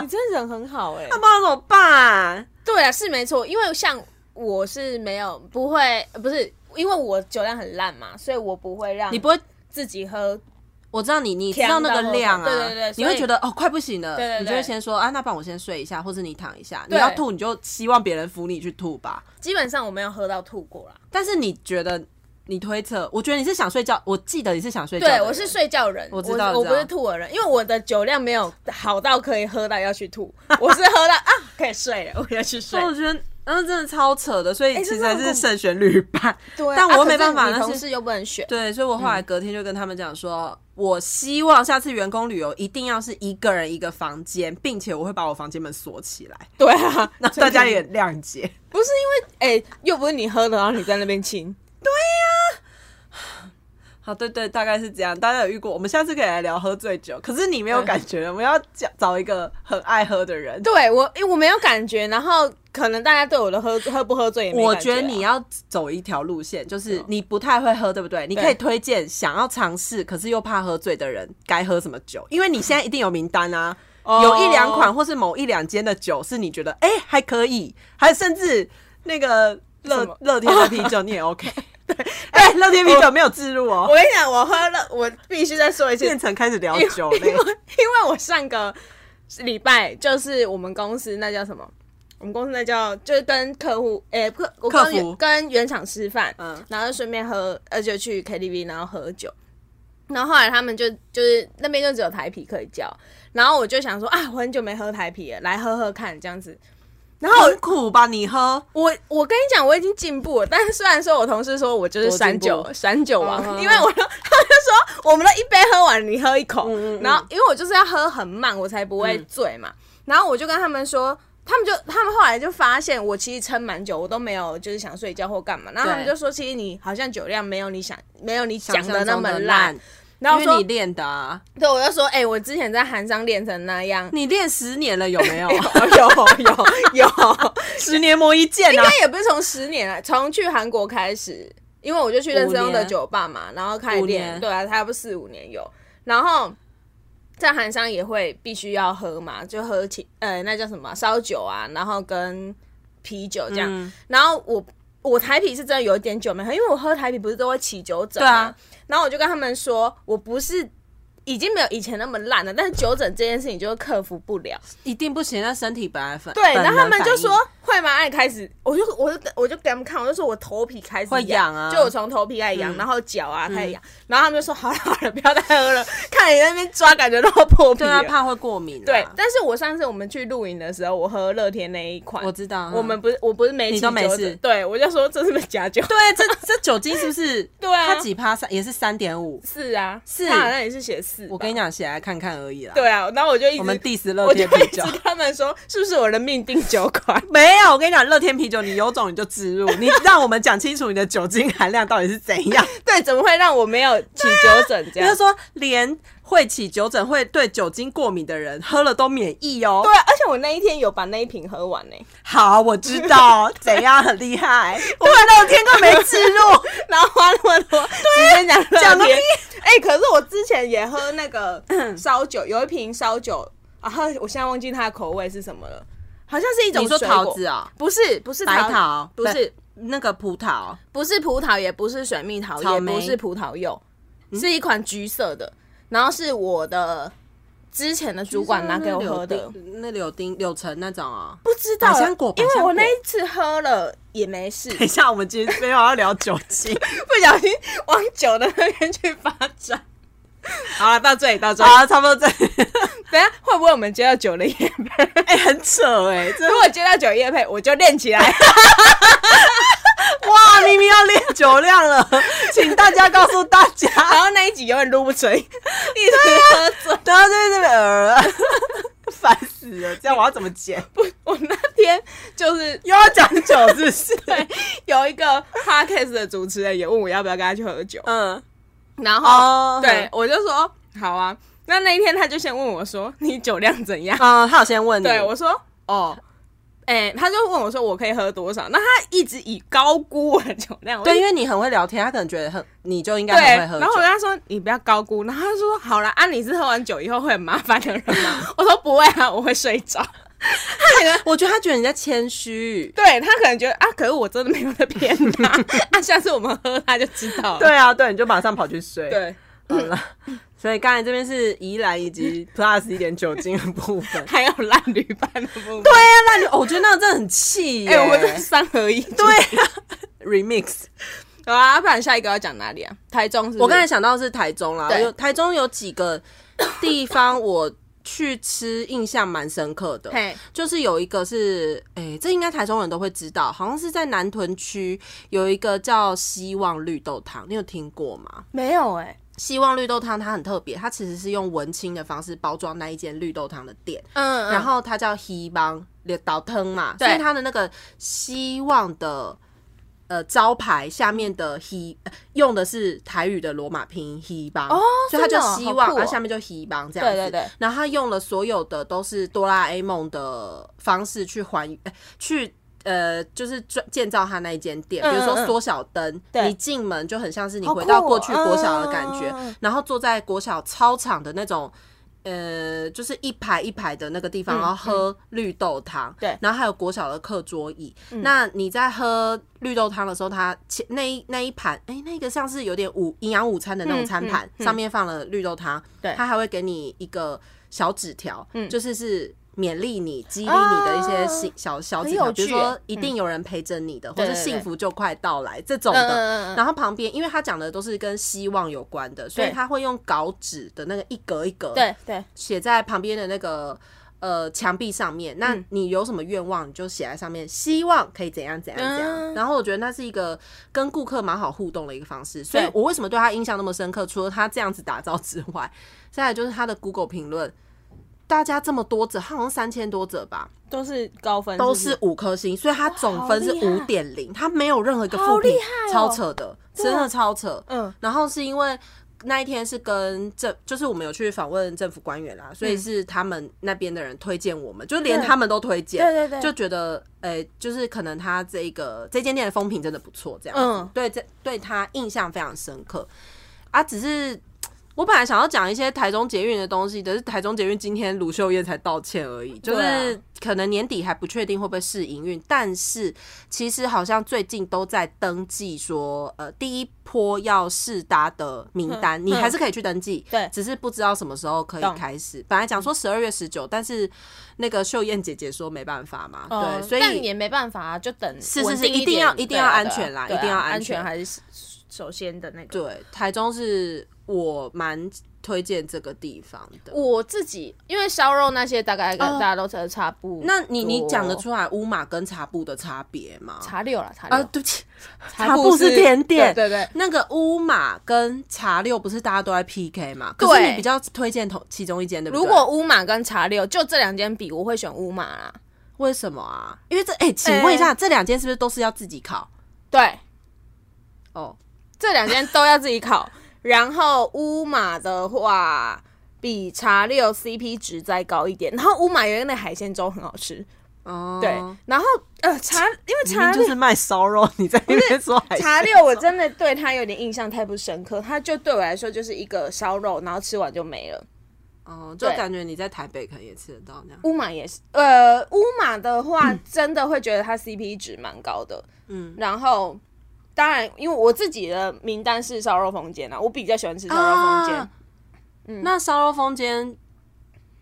Speaker 1: 你真的人很好哎、
Speaker 2: 那不然怎么办？
Speaker 1: 对啊，是没错，因为像我是没有不会，呃不是因为我酒量很烂嘛，所以我不会让
Speaker 2: 你不会，
Speaker 1: 自己喝。
Speaker 2: 我知道你，你知道那个量
Speaker 1: 呛
Speaker 2: 啊，
Speaker 1: 到对对对
Speaker 2: 你
Speaker 1: 所
Speaker 2: 会
Speaker 1: 以
Speaker 2: 觉得哦快不行了，
Speaker 1: 对对对
Speaker 2: 你就会先说啊，那不然我先睡一下，或者你躺一下，你
Speaker 1: 对
Speaker 2: 要吐你就希望别人扶你去吐吧。
Speaker 1: 基本上我没有喝到吐过啦。
Speaker 2: 但是你觉得，你推测，我觉得你是想睡觉，我记得你是想睡觉的
Speaker 1: 对，
Speaker 2: 人，
Speaker 1: 我是睡觉人，我
Speaker 2: 知道
Speaker 1: 我
Speaker 2: 知
Speaker 1: 不
Speaker 2: 道
Speaker 1: 是吐的人，因为我的酒量没有好到可以喝到要去吐， [laughs] 我是喝到啊可以睡了，我要去睡
Speaker 2: 所以。我觉得那真的超扯的，所以
Speaker 1: 这
Speaker 2: 其实
Speaker 1: 真的
Speaker 2: 还
Speaker 1: 很
Speaker 2: 是
Speaker 1: 恐怖
Speaker 2: 慎选旅 [laughs] 伴。
Speaker 1: 对，
Speaker 2: 但
Speaker 1: 啊
Speaker 2: 我
Speaker 1: 可
Speaker 2: 没
Speaker 1: 是
Speaker 2: 办法
Speaker 1: 你
Speaker 2: 那
Speaker 1: 同
Speaker 2: 是
Speaker 1: 事又不能选，
Speaker 2: 对，所以我后来隔天就跟他们讲说，我希望下次员工旅游一定要是一个人一个房间，并且我会把我房间门锁起来， [laughs]
Speaker 1: 对 [laughs] 啊，
Speaker 2: 那大家也谅解。
Speaker 1: 不是因为哎、又不是你喝的，然后你在那边亲，
Speaker 2: 好，对对，大概是这样。大家有遇过？我们下次可以来聊喝醉酒，可是你没有感觉了，我们要找找一个很爱喝的人。
Speaker 1: 对我，因为我没有感觉，然后可能大家对我的喝喝不喝醉也没
Speaker 2: 我
Speaker 1: 感觉
Speaker 2: 觉
Speaker 1: 啊嗯
Speaker 2: 得你要走一条路线，就是你不太会喝，对不对？你
Speaker 1: 对
Speaker 2: 可以推荐想要尝试，可是又怕喝醉的人该喝什么酒，因为你现在一定有名单啊，
Speaker 1: [laughs] 哦
Speaker 2: 有一两款或是某一两间的酒是你觉得哎、还可以，还甚至那个
Speaker 1: 什
Speaker 2: 乐
Speaker 1: 么
Speaker 2: 乐天的啤酒你也
Speaker 1: [laughs]
Speaker 2: OK，对，哎、乐天啤酒没有置入哦
Speaker 1: 我，跟你讲，我喝了，我必须再说一次，
Speaker 2: 变成开始聊
Speaker 1: 因为
Speaker 2: 酒
Speaker 1: 因为
Speaker 2: 类
Speaker 1: 因，为我上个礼拜就是我们公司那叫什么？我们公司那叫就是跟客户，诶、客我
Speaker 2: 客
Speaker 1: 跟
Speaker 2: 服
Speaker 1: 原跟原厂吃饭，
Speaker 2: 嗯
Speaker 1: 然后就顺便喝，呃，就去 KTV，然后喝酒。然后后来他们就就是那边就只有台啤可以叫，然后我就想说啊，我很久没喝台啤了，来喝喝看这样子。然后我
Speaker 2: 很苦吧？你喝
Speaker 1: 我我跟你讲，我已经进步了，但是虽然说我同事说我就是
Speaker 2: 多进
Speaker 1: 散酒
Speaker 2: 步
Speaker 1: 散酒王，
Speaker 2: 嗯嗯嗯
Speaker 1: 因为我他就说我们的一杯喝完你喝一口，
Speaker 2: 嗯
Speaker 1: 然后因为我就是要喝很慢，我才不会醉嘛。
Speaker 2: 嗯
Speaker 1: 然后我就跟他们说，他们就他们后来就发现我其实撑蛮久，我都没有就是想睡觉或干嘛。然后他们
Speaker 2: 对
Speaker 1: 就说，其实你好像酒量没有你想没有你
Speaker 2: 想
Speaker 1: 讲
Speaker 2: 象
Speaker 1: 的那
Speaker 2: 中
Speaker 1: 么
Speaker 2: 的
Speaker 1: 烂。，然
Speaker 2: 因
Speaker 1: 后我
Speaker 2: 为你
Speaker 1: 说，
Speaker 2: 练的啊，
Speaker 1: 对，我就说，哎、我之前在韩商练成那样，
Speaker 2: [laughs] 你练十年了有没
Speaker 1: [laughs]
Speaker 2: 有？
Speaker 1: 有有。有
Speaker 2: [laughs] 十年磨一剑
Speaker 1: 应
Speaker 2: 啊！
Speaker 1: 该也不是从十年来，从去韩国开始，因为我就去认识
Speaker 2: 五
Speaker 1: 用
Speaker 2: 年
Speaker 1: 的酒吧嘛，然后开
Speaker 2: 五
Speaker 1: 始
Speaker 2: 年
Speaker 1: 练，对啊，差不多四五年有，然后。在韩商也会必须要喝嘛，就喝起呃那叫什么烧酒啊，然后跟啤酒这样。
Speaker 2: 嗯
Speaker 1: 然后我我台啤是真的有一点酒没喝，因为我喝台啤不是都会起酒疹
Speaker 2: 对啊
Speaker 1: 嘛，然后我就跟他们说，我不是已经没有以前那么烂了，但是酒疹这件事情就是克服不了。
Speaker 2: 一定不行，那身体本来反
Speaker 1: 对，
Speaker 2: 本
Speaker 1: 然后他
Speaker 2: 能
Speaker 1: 们
Speaker 2: 反
Speaker 1: 就
Speaker 2: 应
Speaker 1: 说会吗？爱开始，我就我就我就给他们看，我就说我头皮开始
Speaker 2: 会痒啊嗯
Speaker 1: 就我从头皮开始痒，然后脚啊开始痒，然后他们就说好了好了，不要再喝了， [laughs] 看你在那边抓，感觉都要破皮
Speaker 2: 对啊，
Speaker 1: 了。
Speaker 2: 怕会过敏啊。
Speaker 1: 对，但是我上次我们去露营的时候，我喝乐天那一款，
Speaker 2: 我知道。嗯
Speaker 1: 我们不是我不是没
Speaker 2: 你
Speaker 1: 起
Speaker 2: 都没
Speaker 1: 酒
Speaker 2: 事
Speaker 1: 疹对我就说这是不是假酒？
Speaker 2: 对这这酒精是不 [laughs] 是？
Speaker 1: 对啊
Speaker 2: 它几趴三也是三点五。
Speaker 1: 是啊，
Speaker 2: 是
Speaker 1: 他好像也是写四，
Speaker 2: 我跟你
Speaker 1: 讲，
Speaker 2: 讲，写来看看而已啦。，
Speaker 1: 对啊，然后我就一直
Speaker 2: 我们 diss 乐
Speaker 1: 我就
Speaker 2: 天啤
Speaker 1: 一直
Speaker 2: 酒。
Speaker 1: 跟他们说是不是我的命定酒
Speaker 2: [laughs]
Speaker 1: 款？
Speaker 2: 没有，我跟你讲，乐天啤酒，你有种你就植 [laughs] 入，你让我们讲清楚你的酒精含量到底是怎 [laughs] 样。
Speaker 1: 对，怎么会让我没有起酒疹这
Speaker 2: 就
Speaker 1: 样
Speaker 2: 是？说，连会起酒疹、会对酒精过敏的人，喝了都免疫哦。
Speaker 1: 对，啊而且我那一天有把那一瓶喝完
Speaker 2: [laughs]
Speaker 1: 呢、
Speaker 2: 好，我知 [laughs] 道，怎样很厉害。啊我们乐天都没植入，
Speaker 1: [laughs] 然后花那么
Speaker 2: [laughs]
Speaker 1: 多时间讲
Speaker 2: [laughs] 讲个
Speaker 1: 乐天。哎、可是我之前也喝那个
Speaker 2: 嗯
Speaker 1: 烧酒，有一瓶烧酒啊，喝我现在忘记它的口味是什么了，好像是一种
Speaker 2: 你说
Speaker 1: 水果
Speaker 2: 桃子啊、
Speaker 1: 不是不是
Speaker 2: 白桃
Speaker 1: 不是
Speaker 2: 那个葡萄，哦
Speaker 1: 不是葡萄，也不是水蜜桃，
Speaker 2: 草
Speaker 1: 也
Speaker 2: 莓嗯
Speaker 1: 不是葡萄柚，是一款橘色的，然后是我的之前的主管拿给我喝的，
Speaker 2: 那柳丁、柳橙那种啊。 [laughs]
Speaker 1: 不知道
Speaker 2: 百香果
Speaker 1: 因
Speaker 2: 百
Speaker 1: 为
Speaker 2: 香
Speaker 1: 我那
Speaker 2: 果
Speaker 1: 一次喝了也没事，
Speaker 2: 等一下，我们今天没有要聊酒精。
Speaker 1: 不小心往酒的那边去发展。好了，到这里，到这里。
Speaker 2: 好，差不多这里。
Speaker 1: 等一下会不会我们接到酒的夜配？
Speaker 2: 哎、很扯哎、这
Speaker 1: 如果接到酒夜配，我就练起来。
Speaker 2: [laughs]
Speaker 1: [laughs]
Speaker 2: 哇，明明要练酒量了， [laughs] 请大家告诉大家。
Speaker 1: 啊然后那一集永远撸不吹，一直喝醉。
Speaker 2: 然后在这边，呃 [laughs] 烦死了！这样我要怎么剪？
Speaker 1: [laughs] 我那天就是
Speaker 2: 又要讲酒是不是？
Speaker 1: 对有一个 podcast 的主持人也问我要不要跟他去喝酒，
Speaker 2: [laughs] 嗯，
Speaker 1: 然后、
Speaker 2: 哦，
Speaker 1: 对我就说好啊。那那一天他就先问我说你酒量怎样？
Speaker 2: 嗯，他有先问
Speaker 1: [laughs]
Speaker 2: 你，
Speaker 1: 对我说哦。哎、他就问我说：“我可以喝多少？”那他一直以高估我的酒量，我就
Speaker 2: 对，因为你很会聊天，他可能觉得很，你就应该
Speaker 1: 对，
Speaker 2: 很会喝
Speaker 1: 然
Speaker 2: 酒
Speaker 1: 后我。跟他说你不要高估，然后他说好了啊，你是喝完酒以后会很麻烦的人吗？ [laughs] 我说不会啊，我会睡着。
Speaker 2: 我觉得他觉得你在谦虚。
Speaker 1: 对他可能觉得啊，可是我真的没有在骗他 [laughs] 啊，下次我们喝他就知道了。
Speaker 2: 对啊，对，你啊就马上跑去睡。，
Speaker 1: 对，
Speaker 2: 好了。 [laughs] 所以刚才这边是宜兰以及 plus 一点酒精的部分。
Speaker 1: 还有烂旅伴的部分。
Speaker 2: [laughs]
Speaker 1: 哎
Speaker 2: 对啊，那你我觉得那个真的很气耶。
Speaker 1: 哎、我们这是三合一。
Speaker 2: 对啊 remix。
Speaker 1: 好啊，不然下一个要讲哪里啊？台中是不是
Speaker 2: 我刚才想到的是台中啦，
Speaker 1: 对
Speaker 2: 有台中有几个地方我去吃，印象蛮深刻的。
Speaker 1: 嘿，
Speaker 2: 就是有一个是，诶、这应该台中人都会知道，好像是在南屯区有一个叫希望绿豆汤，你有听过吗？
Speaker 1: 没有哎、
Speaker 2: 希望绿豆汤它很特别，它其实是用文青的方式包装那一间绿豆汤的店，
Speaker 1: 嗯嗯
Speaker 2: 然后它叫希望绿豆汤嘛，所
Speaker 1: 对
Speaker 2: 以它的那个希望的。呃，招牌下面的 he 呃用的是台语的罗马拼音 he 帮，
Speaker 1: 哦
Speaker 2: 所以它
Speaker 1: 真
Speaker 2: 就
Speaker 1: 的哦
Speaker 2: 希
Speaker 1: 好
Speaker 2: 望，
Speaker 1: 酷哦
Speaker 2: 然后下面就 he 帮这样
Speaker 1: 对对
Speaker 2: 子。
Speaker 1: 对，
Speaker 2: 然后他用了所有的都是哆啦 A 梦的方式去还原，呃去呃，就是专建造他那一间店，
Speaker 1: 嗯
Speaker 2: 比如
Speaker 1: 嗯
Speaker 2: 说
Speaker 1: 嗯
Speaker 2: 缩小灯，
Speaker 1: 对
Speaker 2: 你进门就很像是你
Speaker 1: 好
Speaker 2: 回
Speaker 1: 酷
Speaker 2: 到
Speaker 1: 哦
Speaker 2: 过去国小的感觉，
Speaker 1: 嗯
Speaker 2: 然后坐在国小操场的那种。呃，就是一排一排的那个地方，
Speaker 1: 嗯
Speaker 2: 然后喝绿豆汤，
Speaker 1: 对嗯
Speaker 2: 然后还有国小的课桌椅。那你在喝绿豆汤的时候，它前那一那一盘，哎、那个像是有点午营养午餐的那种
Speaker 1: 嗯
Speaker 2: 餐
Speaker 1: 嗯
Speaker 2: 盘，
Speaker 1: 嗯
Speaker 2: 上面放了绿豆汤，
Speaker 1: 对
Speaker 2: 他还会给你一个小纸条，
Speaker 1: 嗯
Speaker 2: 就是是勉励你、激励你的一些小小小纸
Speaker 1: 啊很
Speaker 2: 条，
Speaker 1: 有
Speaker 2: 比如
Speaker 1: 趣
Speaker 2: 说
Speaker 1: 耶
Speaker 2: 一定有人陪着你的，或
Speaker 1: 对
Speaker 2: 者
Speaker 1: 对对
Speaker 2: 幸福就快到来这种
Speaker 1: 嗯嗯
Speaker 2: 的。
Speaker 1: 嗯嗯，
Speaker 2: 然后旁边，因为他讲的都是跟希望有关的，所以
Speaker 1: 对
Speaker 2: 他会用稿纸的那个一格一格
Speaker 1: 对对，
Speaker 2: 写在旁边的那个呃墙壁上面。那
Speaker 1: 嗯
Speaker 2: 你有什么愿望，你就写在上面，希望可以怎样怎样怎样。
Speaker 1: 嗯
Speaker 2: 然后我觉得那是一个跟顾客蛮好互动的一个方式，所以
Speaker 1: 对
Speaker 2: 我为什么对他印象那么深刻？除了他这样子打造之外，再来就是他的 Google 评论。大家这么多者，他好像三千多者吧，
Speaker 1: 都是高分
Speaker 2: 都
Speaker 1: 不
Speaker 2: 是五颗星，所以他总分是
Speaker 1: 好厉
Speaker 2: 五
Speaker 1: 害
Speaker 2: 点零，他没有任何一个
Speaker 1: 好
Speaker 2: 负
Speaker 1: 厉
Speaker 2: 评，
Speaker 1: 害哦
Speaker 2: 超扯的，真的
Speaker 1: 对
Speaker 2: 超扯。
Speaker 1: 嗯
Speaker 2: 然后是因为那一天是跟政，就是我们有去访问政府官员啊啦，所以是他们那边的人推荐我们，就连
Speaker 1: 嗯对
Speaker 2: 他们都推荐，
Speaker 1: 对对对
Speaker 2: 就觉得诶、就是可能他这个这间店的风评真的不错，这样，嗯
Speaker 1: 嗯，
Speaker 2: 对，这对他印象非常深刻啊，只是。我本来想要讲一些台中捷运的东西，可是台中捷运今天卢秀燕才道歉而已，就
Speaker 1: 对啊
Speaker 2: 是可能年底还不确定会不会试营运，但是其实好像最近都在登记说，呃，第一波要试搭的名单，
Speaker 1: 嗯
Speaker 2: 你还是可以去登记，
Speaker 1: 对
Speaker 2: 只是不知道什么时候可以
Speaker 1: 懂
Speaker 2: 开始。本来讲说十二月十九，但是那个秀燕姐姐说没办法嘛，
Speaker 1: 哦
Speaker 2: 对，所
Speaker 1: 但
Speaker 2: 以
Speaker 1: 也没办法啊，就等
Speaker 2: 是是
Speaker 1: 稳定
Speaker 2: 是一定要
Speaker 1: 点
Speaker 2: 一定要
Speaker 1: 对啊
Speaker 2: 安全啦
Speaker 1: 对啊
Speaker 2: 一定要安
Speaker 1: 安
Speaker 2: 全
Speaker 1: 全还是首先的那个。
Speaker 2: 对台中是我蛮推荐这个地方的。
Speaker 1: 我自己因为烧肉那些大概跟
Speaker 2: 哦
Speaker 1: 大家都差差不多，
Speaker 2: 那你你讲得出来乌马跟茶布的差别吗？
Speaker 1: 茶六了，茶
Speaker 2: 啊，
Speaker 1: 六，
Speaker 2: 对不起，
Speaker 1: 哦茶
Speaker 2: 布是甜点
Speaker 1: 对对对，
Speaker 2: 那个乌马跟茶六不是大家都在 PK 嘛？
Speaker 1: 对
Speaker 2: 可是你比较推荐同其中一间，对不对？
Speaker 1: 如果乌马跟茶六就这两间比，我会选乌马啦。
Speaker 2: 为什么啊？因为这哎、请问一下，这两间是不是都是要自己烤？
Speaker 1: 对，
Speaker 2: 哦，
Speaker 1: 这两间都要自己烤。然后乌马的话，比茶六 CP 值再高一点。然后乌马有一个那海鲜粥很好吃，
Speaker 2: 哦，
Speaker 1: 对。然后呃茶，因为茶六
Speaker 2: 是卖烧肉，你在那边说海
Speaker 1: 茶六，我真的对他有点印象太不深刻。他就对我来说就是一个烧肉，然后吃完就没了。
Speaker 2: [laughs] 哦，就
Speaker 1: 对
Speaker 2: 感觉你在台北可能也吃得到那样。
Speaker 1: 乌马也是，呃，乌马的话，真的会觉得它 CP 值蛮高的。
Speaker 2: 嗯，
Speaker 1: 然后，当然，因为我自己的名单是烧肉风间啊，我比较喜欢吃烧肉风间。
Speaker 2: 啊那烧肉风间，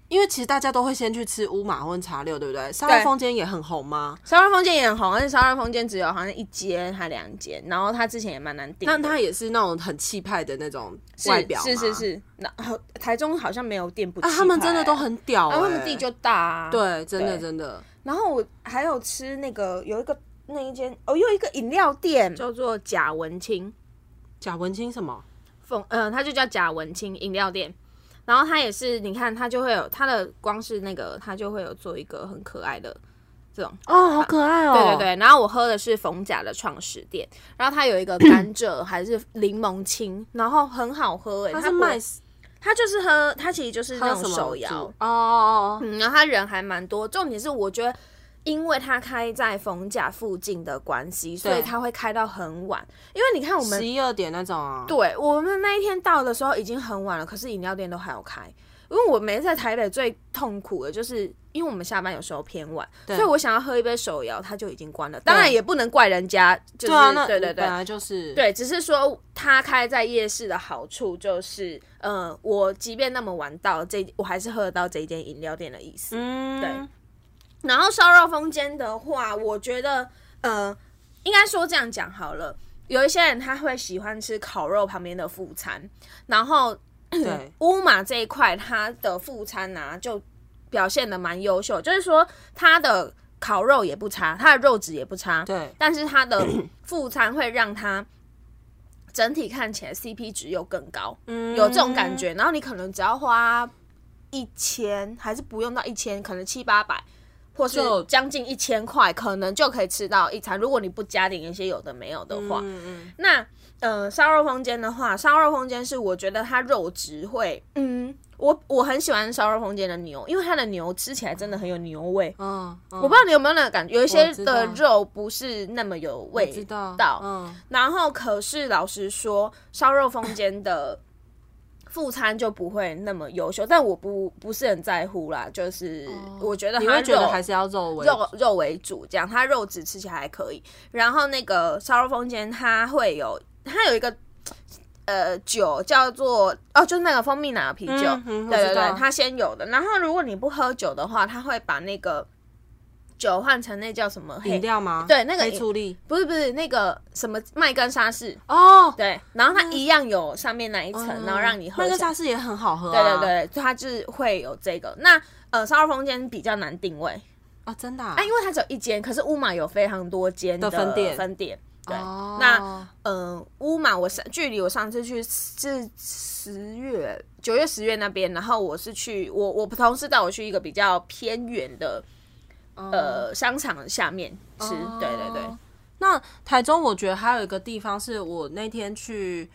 Speaker 2: 因为其实大家都会先去吃乌马或茶六，对不对？烧肉
Speaker 1: 对
Speaker 2: 风间也很红吗？
Speaker 1: 烧肉风间也很红，但是烧肉风间只有好像一间还两间，然后它之前也蛮难订的。
Speaker 2: 那它也是那种很气派的那种
Speaker 1: 是
Speaker 2: 外表吗
Speaker 1: 是是是，然后台中好像没有店不、
Speaker 2: 啊，他们真的都，很屌、欸，
Speaker 1: 然啊后他们地就大、啊，
Speaker 2: 对，真的
Speaker 1: 对
Speaker 2: 真的
Speaker 1: 然后我还有吃那个有一个那一间哦，有一个饮料店叫做贾文清
Speaker 2: 贾文清什么？
Speaker 1: 凤，嗯、呃，它就叫贾文清饮料店。然后它也是，你看它就会有它的光是那个，它就会有做一个很可爱的这种。
Speaker 2: 哦，好可爱哦！
Speaker 1: 对对，对，然后我喝的是冯甲的创始店，然后它有一个甘蔗还是柠檬青，然后很好喝诶、欸，
Speaker 2: 它
Speaker 1: 它
Speaker 2: 是
Speaker 1: 不
Speaker 2: 卖
Speaker 1: 它就是喝，它其实就是那
Speaker 2: 喝
Speaker 1: 种
Speaker 2: 什么
Speaker 1: 手
Speaker 2: 酒
Speaker 1: 摇
Speaker 2: 哦，哦哦，
Speaker 1: 嗯，然后他人还蛮多，重点是我觉得。因为他开在逢甲附近的关系，所以
Speaker 2: 对
Speaker 1: 他会开到很晚。因为你看我们
Speaker 2: 十，一二点那种啊。
Speaker 1: 对我们那一天到的时候已经很晚了，可是饮料店都还有开。因为我每次在台北最痛苦的就是，因为我们下班有时候偏晚，所
Speaker 2: 对
Speaker 1: 以我想要喝一杯手摇，它就已经关了。当然也不能怪人家，就是
Speaker 2: 对啊，那
Speaker 1: 对对对
Speaker 2: 本，来就是
Speaker 1: 对，只是说它开在夜市的好处就是，呃，我即便那么晚到这，我还是喝得到这一间饮料店的意思。
Speaker 2: 嗯，
Speaker 1: 对然后烧肉风间的话，我觉得，呃，应该说这样讲好了。有一些人他会喜欢吃烤肉旁边的副餐，然后
Speaker 2: 对
Speaker 1: 乌马这一块它的副餐啊就表现的蛮优秀，就是说它的烤肉也不差，它的肉质也不差，
Speaker 2: 对
Speaker 1: 但是它的副餐会让它整体看起来 CP 值又更高，
Speaker 2: 嗯
Speaker 1: 有这种感。觉。然后你可能只要花一千，还是不用到一千，可能七八百，或是
Speaker 2: 就
Speaker 1: 将近一千块，可能就可以吃到一餐。如果你不加点一些有的没有的话，
Speaker 2: 嗯嗯，
Speaker 1: 那呃，烧肉风间的话，烧肉风间是我觉得它肉质会，嗯，我我很喜欢烧肉风间的牛，因为它的牛吃起来真的很有牛味。
Speaker 2: 嗯，我
Speaker 1: 我不知道你有没有那个感觉，有一些
Speaker 2: 我知道
Speaker 1: 的肉不是那么有味
Speaker 2: 知道
Speaker 1: 道，
Speaker 2: 嗯，
Speaker 1: 然后可是老实说，烧肉风间的 [clears throat] 副餐就不会那么优秀，但我不不是很在乎啦，就是我觉得
Speaker 2: 哦你
Speaker 1: 它
Speaker 2: 会
Speaker 1: 肉
Speaker 2: 觉得还是要肉为
Speaker 1: 肉肉为主，这样它肉质吃起来还可以。然后那个烧肉风间它会有它有一个。呃，酒叫做哦，就是那个蜂蜜奶油啤酒，
Speaker 2: 嗯嗯我
Speaker 1: 对对
Speaker 2: 知道
Speaker 1: 对，它先有的。然后如果你不喝酒的话，它会把那个酒换成那叫什么黑
Speaker 2: 饮料吗？
Speaker 1: 对那个
Speaker 2: 黑
Speaker 1: 饮
Speaker 2: 醋栗
Speaker 1: 不是不是那个什么麦根沙士，
Speaker 2: 哦，
Speaker 1: 对，然后它一样有上面那一层，
Speaker 2: 嗯
Speaker 1: 然后让你喝
Speaker 2: 那
Speaker 1: 起来。
Speaker 2: 个沙士也很好喝
Speaker 1: 对
Speaker 2: 啊。
Speaker 1: 对对，就它就是会有这个。那呃，烧肉风间比较难定位
Speaker 2: 啊，真的啊
Speaker 1: 啊，因为它只有一间，可是乌马有非常多间
Speaker 2: 的分店
Speaker 1: 分店。对，
Speaker 2: 哦
Speaker 1: 那嗯，乌马我上距离我上次去是十月九月十月那边，然后我是去我我同事带我去一个比较偏远的
Speaker 2: 嗯
Speaker 1: 呃商场下面吃，对对对，
Speaker 2: 哦那 [laughs] 台中我觉得还有一个地方是我那天去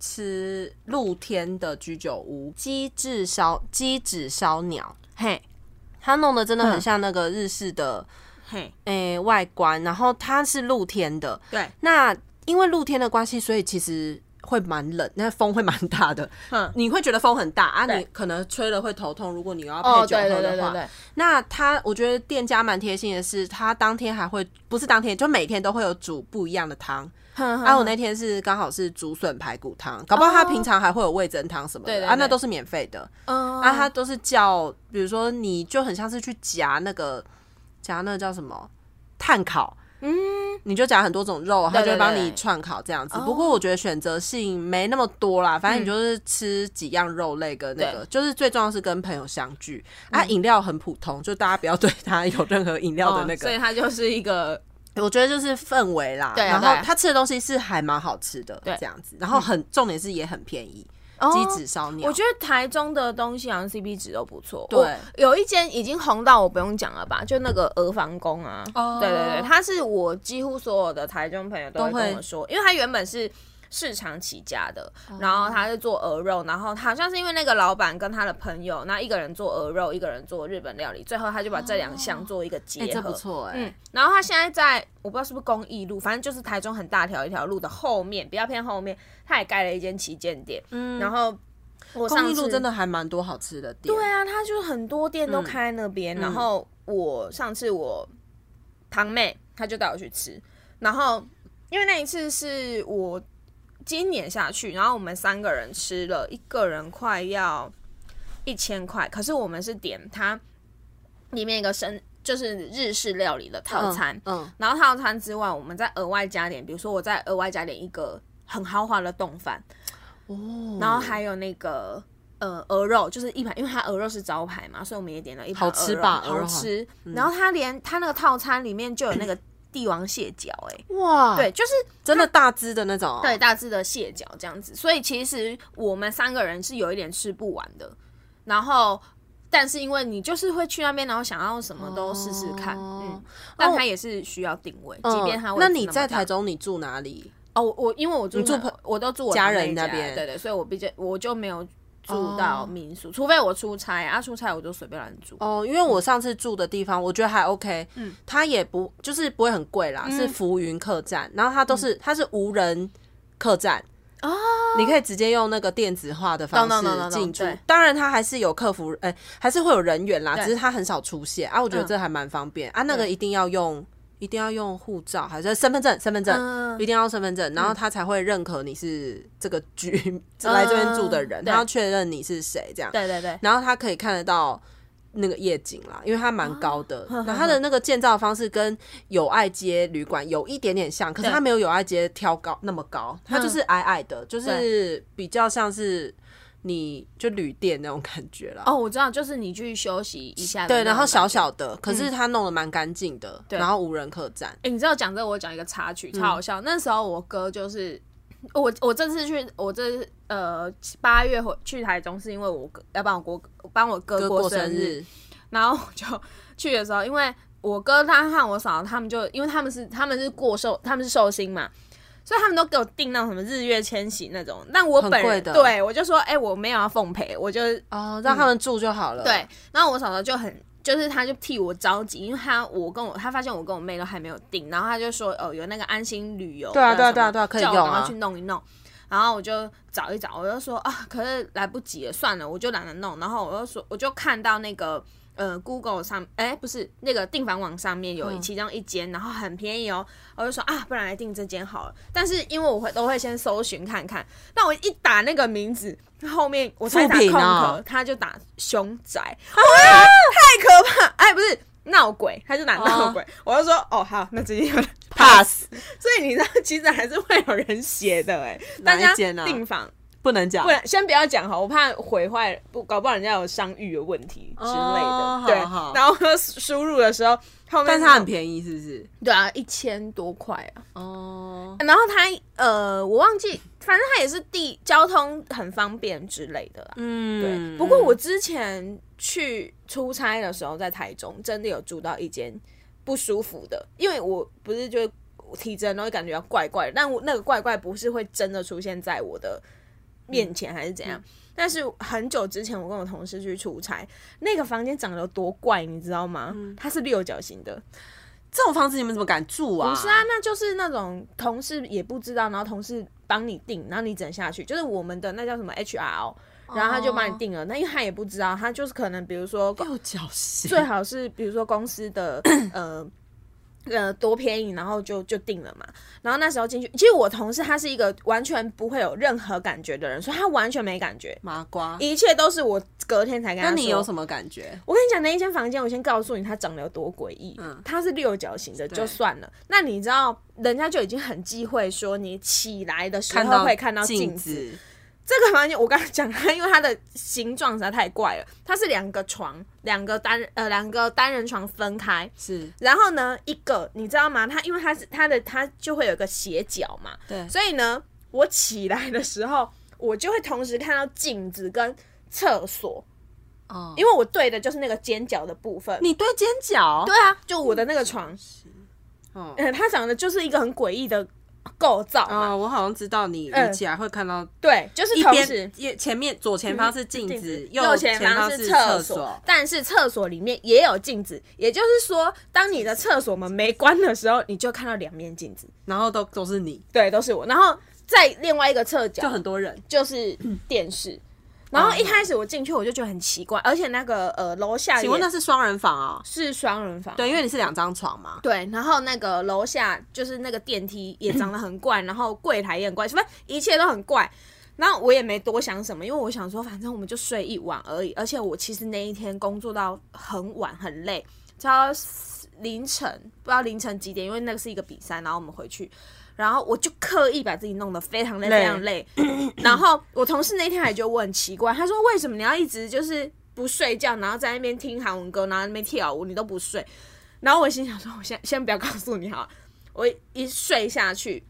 Speaker 2: 吃露天的居酒屋，鸡翅烧鸡翅烧鸟，
Speaker 1: 嘿嗯
Speaker 2: 它弄得真的很像那个日式的
Speaker 1: 嘿，
Speaker 2: 诶、外观，然后它是露天的，
Speaker 1: 对，
Speaker 2: 那因为露天的关系，所以其实会蛮冷，那风会蛮大的。
Speaker 1: 嗯
Speaker 2: 你会觉得风很大啊，
Speaker 1: 对
Speaker 2: 你可能吹了会头痛。如果你要
Speaker 1: 哦
Speaker 2: 配酒
Speaker 1: 对对
Speaker 2: 喝
Speaker 1: 对
Speaker 2: 的
Speaker 1: 对
Speaker 2: 话，
Speaker 1: 对，
Speaker 2: 那他我觉得店家蛮贴心的是，他当天还会不是当天，就每天都会有煮不一样的汤。
Speaker 1: 哼哼
Speaker 2: 啊，
Speaker 1: 哼
Speaker 2: 我那天是刚好是竹笋排骨汤，搞不好他平常还会有味增汤什么的
Speaker 1: 对对
Speaker 2: 啊，
Speaker 1: 哦对
Speaker 2: 那都是免费的。
Speaker 1: 嗯
Speaker 2: 啊，他都是叫，比如说你就很像是去夹那个夹那个叫什么炭烤，嗯，你就夹很多种肉，他
Speaker 1: 对
Speaker 2: 就
Speaker 1: 对
Speaker 2: 会帮你
Speaker 1: 对哦
Speaker 2: 串烤这样子。不过我觉得选择性没那么多啦，
Speaker 1: 嗯
Speaker 2: 反正你就是吃几样肉类跟那个，就是最重要是跟朋友相聚。啊，饮料很普通，就大家不要对他有任何饮料的那
Speaker 1: 嗯哦所以
Speaker 2: 个。
Speaker 1: 它就是一个
Speaker 2: 我觉得就是氛围啦，
Speaker 1: 对啊
Speaker 2: 然
Speaker 1: 对啊
Speaker 2: 后他吃的东西是还蛮好吃的，
Speaker 1: 对
Speaker 2: 这样子，然后很重点是也很便宜，
Speaker 1: 机
Speaker 2: 鸡翅烧鸟
Speaker 1: 我，觉得台中的东西好像 CP 值都不错。
Speaker 2: 对
Speaker 1: 我有一间已经红到我不用讲了吧，就那个鹅房宫啊。
Speaker 2: 哦
Speaker 1: 对对对，它是我几乎所有的台中朋友都会
Speaker 2: 都会
Speaker 1: 跟我说，因为它原本是。市场起家的，然后他是做鹅肉，然后好像是因为那个老板跟他的朋友，那一个人做鹅肉，一个人做日本料理，最后他就把这两项做一个结合。
Speaker 2: 哎，这不错哎，
Speaker 1: 嗯，然后他现在在我不知道是不是公益路，反正就是台中很大条一条路的后面，比较偏后面，他也盖了一间旗舰店。嗯，然后我上
Speaker 2: 公益
Speaker 1: 次
Speaker 2: 路真的还蛮多好吃的店。
Speaker 1: 对啊，他就是很多店都开那边。
Speaker 2: 嗯
Speaker 1: 然后我上次我堂妹她就带我去吃，然后因为那一次是我今年下去，然后我们三个人吃了，一个人快要一千块，可是我们是点它里面一个生就是日式料理的套餐，
Speaker 2: 嗯，
Speaker 1: 然后套餐之外，我们再额外加点，比如说我再额外加点一个很豪华的冻饭，
Speaker 2: 哦，
Speaker 1: 然后还有那个呃鹅肉，就是一盘，因为它鹅肉是招牌嘛，所以我们也点了一盘
Speaker 2: 好吃吧
Speaker 1: 鹅
Speaker 2: 鹅
Speaker 1: 肉
Speaker 2: 肉嗯
Speaker 1: 好吃。然后它连它那个套餐里面就有那个帝王蟹脚、哎，
Speaker 2: 哇，
Speaker 1: 对，，就是
Speaker 2: 真的大只的那种嗯哦，
Speaker 1: 对大致的蟹脚这样子，所以其实我们三个人是有一点吃不完的。然后但是因为你就是会去那边，然后想要什么都试试看，
Speaker 2: 哦
Speaker 1: 嗯，但它也是需要定位，即便它
Speaker 2: 嗯
Speaker 1: 位置么
Speaker 2: 那你在
Speaker 1: 大
Speaker 2: 台中你住哪里？
Speaker 1: 哦，我我因为我住
Speaker 2: 你住
Speaker 1: 那
Speaker 2: 朋
Speaker 1: 我都住我
Speaker 2: 家
Speaker 1: 堂妹
Speaker 2: 人那
Speaker 1: 家
Speaker 2: 边哦
Speaker 1: 对对，所以我比较我就没有住到民宿，除非我出差啊，出差我就随便乱住。
Speaker 2: 哦，因为我上次住的地方我觉得还 OK，嗯，它也不就是不会很贵啦，
Speaker 1: 嗯
Speaker 2: 是浮云客栈，然后它都是、它是无人客栈。哦，你可以直接用那个电子化的方
Speaker 1: 懂懂懂
Speaker 2: 式
Speaker 1: 懂
Speaker 2: 进驻
Speaker 1: 对，
Speaker 2: 当然它还是有客服，哎、还是会有人员啦，
Speaker 1: 对嗯
Speaker 2: 只是它很少出现啊。我觉得这还蛮方便、啊，那个一定要用，一定要用护照还是身份证，身份证、
Speaker 1: 嗯
Speaker 2: 一定要身份证，然后他才会认可你是这个
Speaker 1: [laughs]
Speaker 2: 局、来这边住的人，
Speaker 1: 嗯对
Speaker 2: 他要确认你是谁这样。
Speaker 1: 对对对，
Speaker 2: 然后它可以看得到那个夜景啦，因为它
Speaker 1: 哦
Speaker 2: 蛮高的。然后它的那个建造方式跟友爱街旅馆有一点点像，可是它没有友爱街挑高那么高，它
Speaker 1: 嗯
Speaker 2: 就是矮矮的，就是比较像是你就旅店那种感觉啦。
Speaker 1: 哦，我知道，就是你去休息一下的那
Speaker 2: 对，
Speaker 1: 种感觉。嗯
Speaker 2: 然后小小的，可是它弄得蛮干净的，
Speaker 1: 对
Speaker 2: 然后无人客栈。
Speaker 1: 哎、你知道讲这个我讲一个插曲，
Speaker 2: 嗯
Speaker 1: 超好笑。那时候我哥就是我，我这次去，我这呃八月回去台中，是因为我哥要帮我哥帮我哥
Speaker 2: 就
Speaker 1: 过
Speaker 2: 过
Speaker 1: 生
Speaker 2: 生
Speaker 1: 日，
Speaker 2: 日，
Speaker 1: 然后我就 [laughs] 去的时候，因为我哥他和我嫂他们就因为他们是他们是过寿，他们是寿星嘛。所以他们都给我订那种什么日月千禧那种，但我本
Speaker 2: 很贵
Speaker 1: 人
Speaker 2: 的
Speaker 1: 对我就说，哎、我没有要奉陪，我就
Speaker 2: 哦，让他们住就好了。
Speaker 1: 嗯对，然后我嫂嫂就很，就是她就替我着急，因为她我跟我她发现我跟我妹都还没有订，然后她就说哦有那个安心旅游的什
Speaker 2: 对
Speaker 1: 么，
Speaker 2: 啊对啊对啊对啊可以
Speaker 1: 叫我
Speaker 2: 用
Speaker 1: 赶快
Speaker 2: 啊
Speaker 1: 去弄一弄。然后我就找一找，我就说啊，可是来不及了，算了，我就懒得弄。然后我就说，我就看到那个呃 Google 上，哎，不是那个订房网上面有其中一间，然后很便宜哦。我就说啊，不然来订这间好了。但是因为我会都会先搜寻看看，那我一打那个名字，后面我才打
Speaker 2: 复
Speaker 1: 空
Speaker 2: 评
Speaker 1: 格，
Speaker 2: 哦
Speaker 1: 他就打凶宅，太可怕！哎，不是闹鬼，他就打闹鬼，我就说哦好，那直接有人
Speaker 2: pass
Speaker 1: [laughs] 所以你知道，其实还是会有人写的哎、
Speaker 2: 哪
Speaker 1: 大
Speaker 2: 一
Speaker 1: 家
Speaker 2: 间啊
Speaker 1: 订房，
Speaker 2: 不能讲
Speaker 1: 不。然先不要讲好，我怕毁坏，不搞不好人家有商誉的问题之类的。
Speaker 2: 哦
Speaker 1: 对，
Speaker 2: 好好
Speaker 1: 然后我输入的时候，后面
Speaker 2: 但是它很
Speaker 1: 宜，
Speaker 2: 便宜，是不是？
Speaker 1: 对啊，一千多块啊。
Speaker 2: 哦，
Speaker 1: 然后他呃，我忘记，反正他也是地交通很方便之类的啦。
Speaker 2: 嗯，
Speaker 1: 对，不过我之前去出差的时候，在台中真的有住到一间不舒服的，因为我不是就体质都会感觉到怪怪的，但我那个怪怪不是会真的出现在我的面前还是怎
Speaker 2: 嗯
Speaker 1: 样。但是很久之前，我跟我同事去出差，那个房间长得有多怪，你知道吗？
Speaker 2: 嗯
Speaker 1: 它是六角形的，
Speaker 2: 这种房子你们怎么敢住啊？
Speaker 1: 不是啊，那就是那种同事也不知道，然后同事帮你订，然后你整下去，就是我们的那叫什么 HR，、哦、然后他就帮你订了。那因为他也不知道，他就是可能比如说公
Speaker 2: 六角形，
Speaker 1: 最好是比如说公司的呃。呃，多便宜，然后就就定了嘛。然后那时候进去，其实我同事他是一个完全不会有任何感觉的人，所以他完全没感觉，
Speaker 2: 麻瓜。
Speaker 1: 一切都是我隔天才跟他
Speaker 2: 那
Speaker 1: 说。
Speaker 2: 你有什么感觉？
Speaker 1: 我跟你讲，那一间房间，我先告诉你它长得有多诡异。嗯，它是六角形的，就算了。那你知道，人家就已经很忌讳说你起来的时候会看到镜
Speaker 2: 镜
Speaker 1: 子。，这个房间我刚刚讲它，因为它的形状实在太怪了，它是两个床，两个单呃两个单人床分开。
Speaker 2: 是
Speaker 1: 然后呢，一个你知道吗？它因为它是它的它就会有个斜角嘛，
Speaker 2: 对
Speaker 1: 所以呢，我起来的时候，我就会同时看到镜子跟厕所，
Speaker 2: 哦。
Speaker 1: 因为我对的就是那个尖角的部分。
Speaker 2: 你对尖角，
Speaker 1: 对啊，就我的那个床，
Speaker 2: 哦
Speaker 1: 嗯，它长得就是一个很诡异的构造嘛，
Speaker 2: 啊，我好像知道你
Speaker 1: 嗯
Speaker 2: 你起来会看到
Speaker 1: 对，就是
Speaker 2: 一
Speaker 1: 同时
Speaker 2: 边也前面左前方是嗯镜
Speaker 1: 镜
Speaker 2: 子，
Speaker 1: 右
Speaker 2: 前
Speaker 1: 前方
Speaker 2: 是
Speaker 1: 厕
Speaker 2: 所，
Speaker 1: 但是厕所里面也有镜子，也就是说，当你的厕所门没关的时候，你就看到两面镜子，
Speaker 2: 然后都都是你，
Speaker 1: 对，都是我，然后在另外一个侧
Speaker 2: 就
Speaker 1: 角
Speaker 2: 很哦多人。
Speaker 1: 就是电视。然后一开始我进去我就觉得很奇怪，而且那个呃楼下也
Speaker 2: 请问那是双人房啊？
Speaker 1: 是双人房，
Speaker 2: 对，因为你是两张床嘛。
Speaker 1: 对，然后那个楼下就是那个电梯也长得很怪，然后柜台也很怪，什么一切都很怪。然后我也没多想什么，因为我想说，反正我们就睡一晚而已。而且我其实那一天工作到很晚，很累，到凌晨不知道凌晨几点，因为那个是一个比赛，然后我们回去，然后我就刻意把自己弄得非常累，
Speaker 2: 累
Speaker 1: 非常累。然后我同事那天还觉得我很奇怪，他说为什么你要一直就是不睡觉，然后在那边听韩文歌，然后在那边跳舞，你都不睡。然后我心想说，我先先不要告诉你哈，我一睡下去，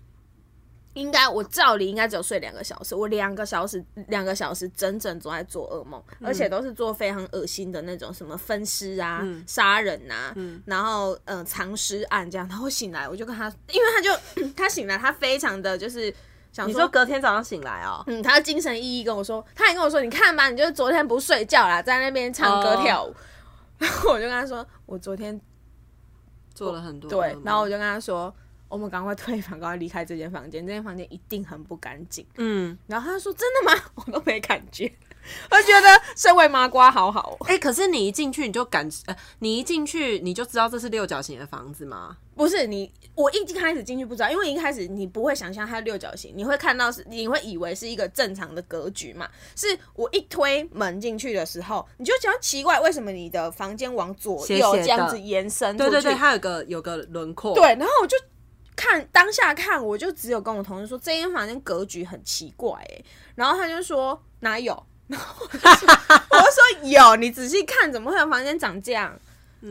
Speaker 1: 应该我照理应该只有睡两个小时，我两个小时两个小时整整都在做噩梦，
Speaker 2: 嗯
Speaker 1: 而且都是做非常恶心的那种什么分尸啊、
Speaker 2: 嗯
Speaker 1: 杀、人啊，然后呃藏尸案这样。然后醒来我就跟他，因为他就 [clears throat] 他醒来他非常的就是想
Speaker 2: 你
Speaker 1: 说
Speaker 2: 说隔天早上醒来哦，
Speaker 1: 嗯，他精神奕奕跟我说，他也跟我说，你看吧，你就是昨天不睡觉啦，在那边唱歌
Speaker 2: 哦
Speaker 1: 跳舞。 [laughs] 然后我就跟他说，我昨天
Speaker 2: 做了很多
Speaker 1: 对，然后我
Speaker 2: 就
Speaker 1: 就跟他说，哦我们赶快退房，赶快离开这间房间，这间房间一定很不干净。
Speaker 2: 嗯，
Speaker 1: 然后他说，真的吗？ [laughs] 我都没感觉，我觉得身为麻瓜好好哦，
Speaker 2: 哎、可是你一进去你就感，呃，你一进去你就知道这是六角形的房子吗？
Speaker 1: 不是你，我一开始进去不知道，因为一开始你不会想象它六角形，你会看到是，你会以为是一个正常的格局嘛。是我一推门进去的时候，你就觉得奇怪，为什么你的房间往左
Speaker 2: 斜
Speaker 1: 右
Speaker 2: 斜
Speaker 1: 这
Speaker 2: 的
Speaker 1: 样子延伸出
Speaker 2: 对
Speaker 1: 去？
Speaker 2: 对对，它有个有个轮廓，
Speaker 1: 对，然后我就看当下看，我就只有跟我同事说这间房间格局很奇怪、欸，然后他就说哪有， [laughs] 然后我就说我就说有，你仔细看怎么会有房间长这样？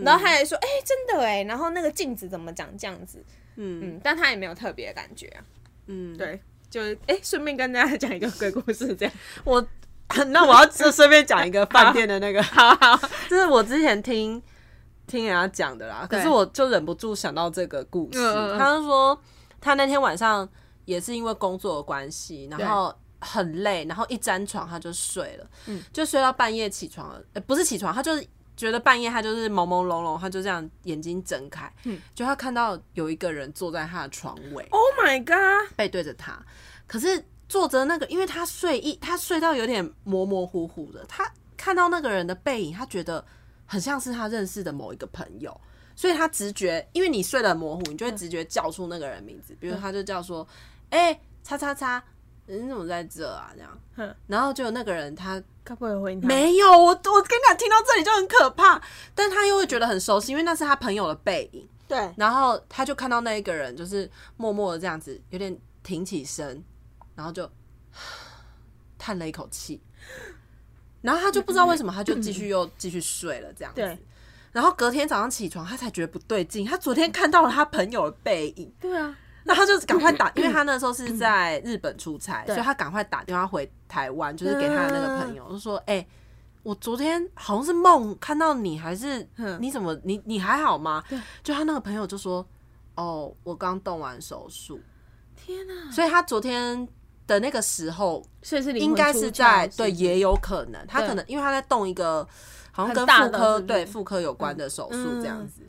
Speaker 1: 然后他也说哎、欸真的哎、欸，然后那个镜子怎么长这样子？
Speaker 2: 嗯
Speaker 1: 嗯，但他也没有特别的感觉啊。
Speaker 2: 嗯，
Speaker 1: 对，就是哎，顺、便跟大家讲一个鬼故事，这样。
Speaker 2: 我 [laughs] 那我要就顺便讲一个饭店的那
Speaker 1: [laughs]
Speaker 2: 个，
Speaker 1: 好好，
Speaker 2: [laughs] 这是我之前听听人家讲的啦，
Speaker 1: 对
Speaker 2: 可是我就忍不住想到这个故事。
Speaker 1: 嗯嗯嗯
Speaker 2: 他就说他那天晚上也是因为工作的关系，然后很累，然后一沾床他就睡了，
Speaker 1: 嗯
Speaker 2: 就睡到半夜起床了，呃不是起床，他就是。觉得半夜他就是朦朦胧胧，他就这样眼睛睁开，
Speaker 1: 嗯
Speaker 2: 就他看到有一个人坐在他的床尾，
Speaker 1: [laughs] Oh my god！
Speaker 2: 背对着他，可是坐着那个，因为他睡意，他睡到有点模模糊糊的，他看到那个人的背影，他觉得很像是他认识的某一个朋友，所以他直觉，因为你睡得很模糊，你就会直觉叫出那个人名字，比如他就叫说，哎、叉叉叉，你怎么在这啊？这
Speaker 1: 嗯
Speaker 2: 样，然后就那个人他
Speaker 1: 该不会回你？
Speaker 2: 没有，我我跟你讲，听到这里就很可怕，但他又会觉得很熟悉，因为那是他朋友的背影。
Speaker 1: 对，
Speaker 2: 然后他就看到那一个人，就是默默的这样子，有点挺起身，然后就 [sighs] 叹了一口气，然后他就不知道为什么，他就继续又继续睡了这样子
Speaker 1: 对。
Speaker 2: 然后隔天早上起床，他才觉得不对劲，他昨天看到了他朋友的背影，
Speaker 1: 对啊，
Speaker 2: 那他就赶快打，因为他那时候是在日本出差，
Speaker 1: 嗯对嗯
Speaker 2: 所以他赶快打电话回台湾，就是给他的那个朋友，就说：“哎、我昨天好像是梦看到你，还是
Speaker 1: 嗯
Speaker 2: 你怎么你你还好吗？”就他那个朋友就说：“哦，我刚动完手术，
Speaker 1: 天哪、
Speaker 2: 所以他昨天的那个时候
Speaker 1: 所以是灵魂
Speaker 2: 应该是
Speaker 1: 出窍
Speaker 2: 在
Speaker 1: 不
Speaker 2: 对，也有可能，他
Speaker 1: 对
Speaker 2: 可能因为他在动一个好像
Speaker 1: 很
Speaker 2: 跟
Speaker 1: 大
Speaker 2: 妇
Speaker 1: 的
Speaker 2: 科
Speaker 1: 是不是
Speaker 2: 对妇科有关的手术
Speaker 1: 嗯
Speaker 2: 这样子。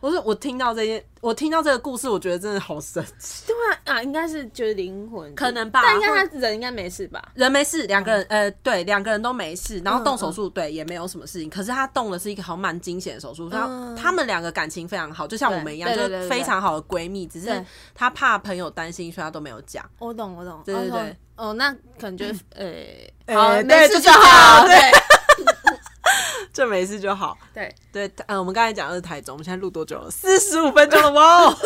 Speaker 2: 我说我听到这些，我听到这个故事，我觉得真的好神奇。
Speaker 1: 对啊啊，应该是就是灵魂，
Speaker 2: 可能吧
Speaker 1: 但应该他人应该没事吧？
Speaker 2: 人没
Speaker 1: 嗯
Speaker 2: 事，两个人、呃，对，两个人都没事，然后动手术，对，也没有什么事情。可是他动的是一个好像蛮惊险的手术，然后、
Speaker 1: 嗯
Speaker 2: 他们两个感情非常好，就像我们一样，
Speaker 1: 对
Speaker 2: 就
Speaker 1: 对对
Speaker 2: 是
Speaker 1: 对
Speaker 2: 非常好的闺蜜。只是
Speaker 1: 对
Speaker 2: 他怕朋友担心，所以他都没有讲。
Speaker 1: 我懂，我懂，
Speaker 2: 对对对
Speaker 1: 哦，那可能就呃，
Speaker 2: 呃
Speaker 1: 好，
Speaker 2: 对
Speaker 1: 没
Speaker 2: 这
Speaker 1: 事
Speaker 2: 就
Speaker 1: 就
Speaker 2: 好
Speaker 1: 好，对
Speaker 2: 这没事就好。
Speaker 1: 对，
Speaker 2: 对，嗯、我们刚才讲的是台中，我们现在录多久
Speaker 1: [laughs]
Speaker 2: 了？四十五分钟了哇！哦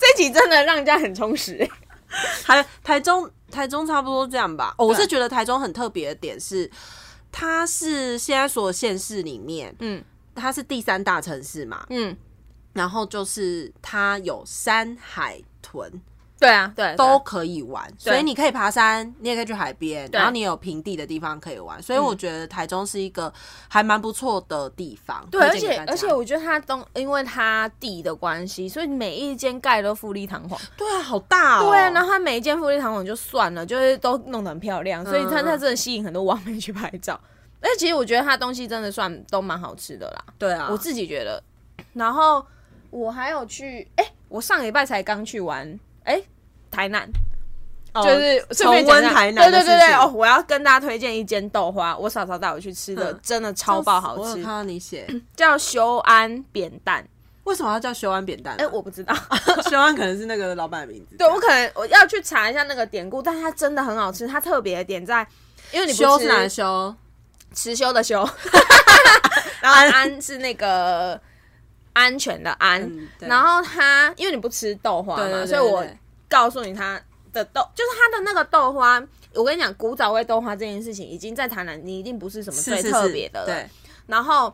Speaker 1: 这集真的让人家很充实，
Speaker 2: [laughs] 台台中台中差不多这样吧。哦，我
Speaker 1: 对
Speaker 2: 是觉得台中很特别的点是，它是现在所有县市里面，
Speaker 1: 嗯
Speaker 2: 它是第三大城市嘛，
Speaker 1: 嗯，
Speaker 2: 然后就是它有山海豚
Speaker 1: 对啊，对，
Speaker 2: 都
Speaker 1: 对
Speaker 2: 可以玩，
Speaker 1: 对
Speaker 2: 所以你可以爬山，你也可以去海边，
Speaker 1: 对
Speaker 2: 然后你有平地的地方可以玩，所以我觉得台中是一个还蛮不错的地方。
Speaker 1: 嗯对，而
Speaker 2: 推荐给
Speaker 1: 且
Speaker 2: 大家
Speaker 1: 而且我觉得他东，因为他地的关系，所以每一间盖都富丽堂皇。
Speaker 2: 对啊，好大哦，
Speaker 1: 对啊，然后他每一间富丽堂皇就算了，就是都弄得很漂亮，所以他
Speaker 2: 嗯
Speaker 1: 他真的吸引很多网美去拍照。而且其实我觉得他东西真的算都蛮好吃的啦。
Speaker 2: 对啊，
Speaker 1: 我自己觉得。然后我还有去，哎、我上礼拜才刚去玩，哎、台南，
Speaker 2: 哦
Speaker 1: 就是顺
Speaker 2: 重
Speaker 1: 便讲
Speaker 2: 温
Speaker 1: 一下
Speaker 2: 台南的
Speaker 1: 对
Speaker 2: 事
Speaker 1: 对
Speaker 2: 情，
Speaker 1: 对对，哦，我要跟大家推荐一间豆花，我嫂嫂带我去吃的，
Speaker 2: 嗯
Speaker 1: 真的超爆好
Speaker 2: 我有
Speaker 1: 吃
Speaker 2: 看，到
Speaker 1: [clears throat]
Speaker 2: 你写，
Speaker 1: 叫修安扁担。
Speaker 2: 为什么要叫修安扁担啊？
Speaker 1: 哎、我不知道， [laughs]
Speaker 2: [laughs] 修安可能是那个老板的名字。
Speaker 1: 对我可能我要去查一下那个典故，但它真的很好吃，它特别的点在。因为你不
Speaker 2: 修
Speaker 1: 吃
Speaker 2: 是哪修？
Speaker 1: 持修的修， [laughs]
Speaker 2: 然后
Speaker 1: 安是那个安全的安，
Speaker 2: 嗯对
Speaker 1: 然后它因为你不吃豆花嘛，
Speaker 2: 对对对，
Speaker 1: 所以我
Speaker 2: 对对
Speaker 1: 告诉你它的豆，就是它的那个豆花。我跟你讲，古早味豆花这件事情已经在台南，你一定不是什么
Speaker 2: 是
Speaker 1: 最
Speaker 2: 是是
Speaker 1: 特别的了。
Speaker 2: 对，
Speaker 1: 然后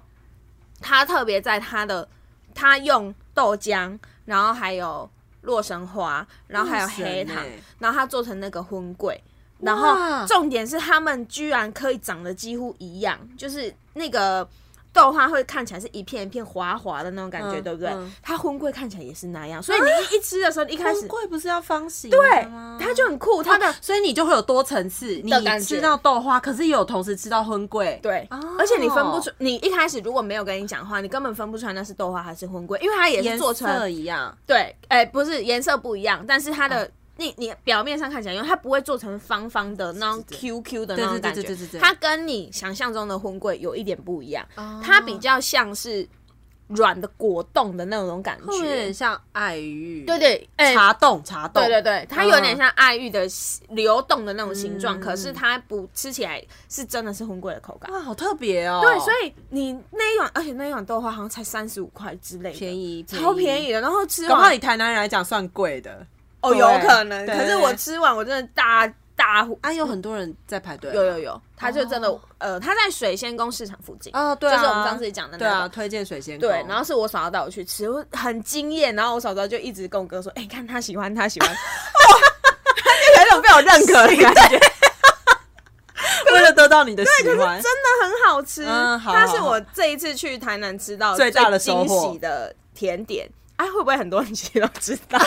Speaker 1: 它特别在它的，它用豆浆，然后还有洛神花，然后还有黑
Speaker 2: 洛
Speaker 1: 糖
Speaker 2: 神欸，
Speaker 1: 然后它做成那个荤桂。然后重点是它们居然可以长得几乎一样，就是那个豆花会看起来是一片一片滑滑的那种感觉，
Speaker 2: 嗯
Speaker 1: 对不对
Speaker 2: 嗯？
Speaker 1: 它荤桂看起来也是那样，所以你一一吃的时候，你一开始
Speaker 2: 红桂不是要方形
Speaker 1: 对
Speaker 2: 对
Speaker 1: 它就很酷，它的
Speaker 2: [laughs] 所以你就会有多层次，
Speaker 1: 的感
Speaker 2: 你
Speaker 1: 觉
Speaker 2: 吃到豆花，可是也有同时吃到荤桂，
Speaker 1: 对
Speaker 2: 哦，
Speaker 1: 而且你分不出，你一开始如果没有跟你讲话，你根本分不出来那是豆花还是荤桂，因为它也是
Speaker 2: 颜
Speaker 1: 做成
Speaker 2: 色一样，哦
Speaker 1: 对，哎、不是颜色不一样，但是它的、你你表面上看起来，因为它不会做成方方的那种 QQ 的那种
Speaker 2: 对对对
Speaker 1: 感觉，
Speaker 2: 对对对对
Speaker 1: 它跟你想象中的荤桂有一点不一样，它比较像是软的果冻的那种感
Speaker 2: 有点
Speaker 1: 觉，
Speaker 2: 像爱玉，
Speaker 1: 对对，哎、
Speaker 2: 茶冻茶冻，
Speaker 1: 对对对，它有点
Speaker 2: 嗯
Speaker 1: 像爱玉的流动的那种形状，
Speaker 2: 嗯
Speaker 1: 可是它不吃起来是真的是荤桂的口感。
Speaker 2: 哇，好特别哦，
Speaker 1: 对，所以你那一碗，而且那一碗豆花好像才三十五块之类的，
Speaker 2: 便宜
Speaker 1: 超便宜，的。然后吃
Speaker 2: 搞不好
Speaker 1: 完
Speaker 2: 以台南人来讲算贵的，
Speaker 1: 哦，
Speaker 2: 对
Speaker 1: 有可能。
Speaker 2: 对
Speaker 1: 可是我吃完，我真的大大呼
Speaker 2: 啊，有很多人在排队吗，
Speaker 1: 有有有，他就真的、
Speaker 2: 哦
Speaker 1: 呃，他在水仙宫市场附近，
Speaker 2: 哦，对啊，
Speaker 1: 就是我们上次讲的那
Speaker 2: 对
Speaker 1: 个
Speaker 2: 啊，推荐水仙
Speaker 1: 对，然
Speaker 2: 后
Speaker 1: 后是我嫂嫂带我去吃，我很惊艳。然后我嫂嫂就一直跟我哥说：“哎、看他喜欢，他喜欢。
Speaker 2: [laughs] 有种被我认可的感觉，为了得到你的喜”
Speaker 1: 可是
Speaker 2: 欢
Speaker 1: 真，的很好吃，
Speaker 2: 嗯好
Speaker 1: 它是
Speaker 2: 好好
Speaker 1: 我这一次去台南吃到
Speaker 2: 最大的收
Speaker 1: 惊
Speaker 2: 获
Speaker 1: 喜的甜点。哎、会不会很多人其实都知
Speaker 2: [laughs]
Speaker 1: 道？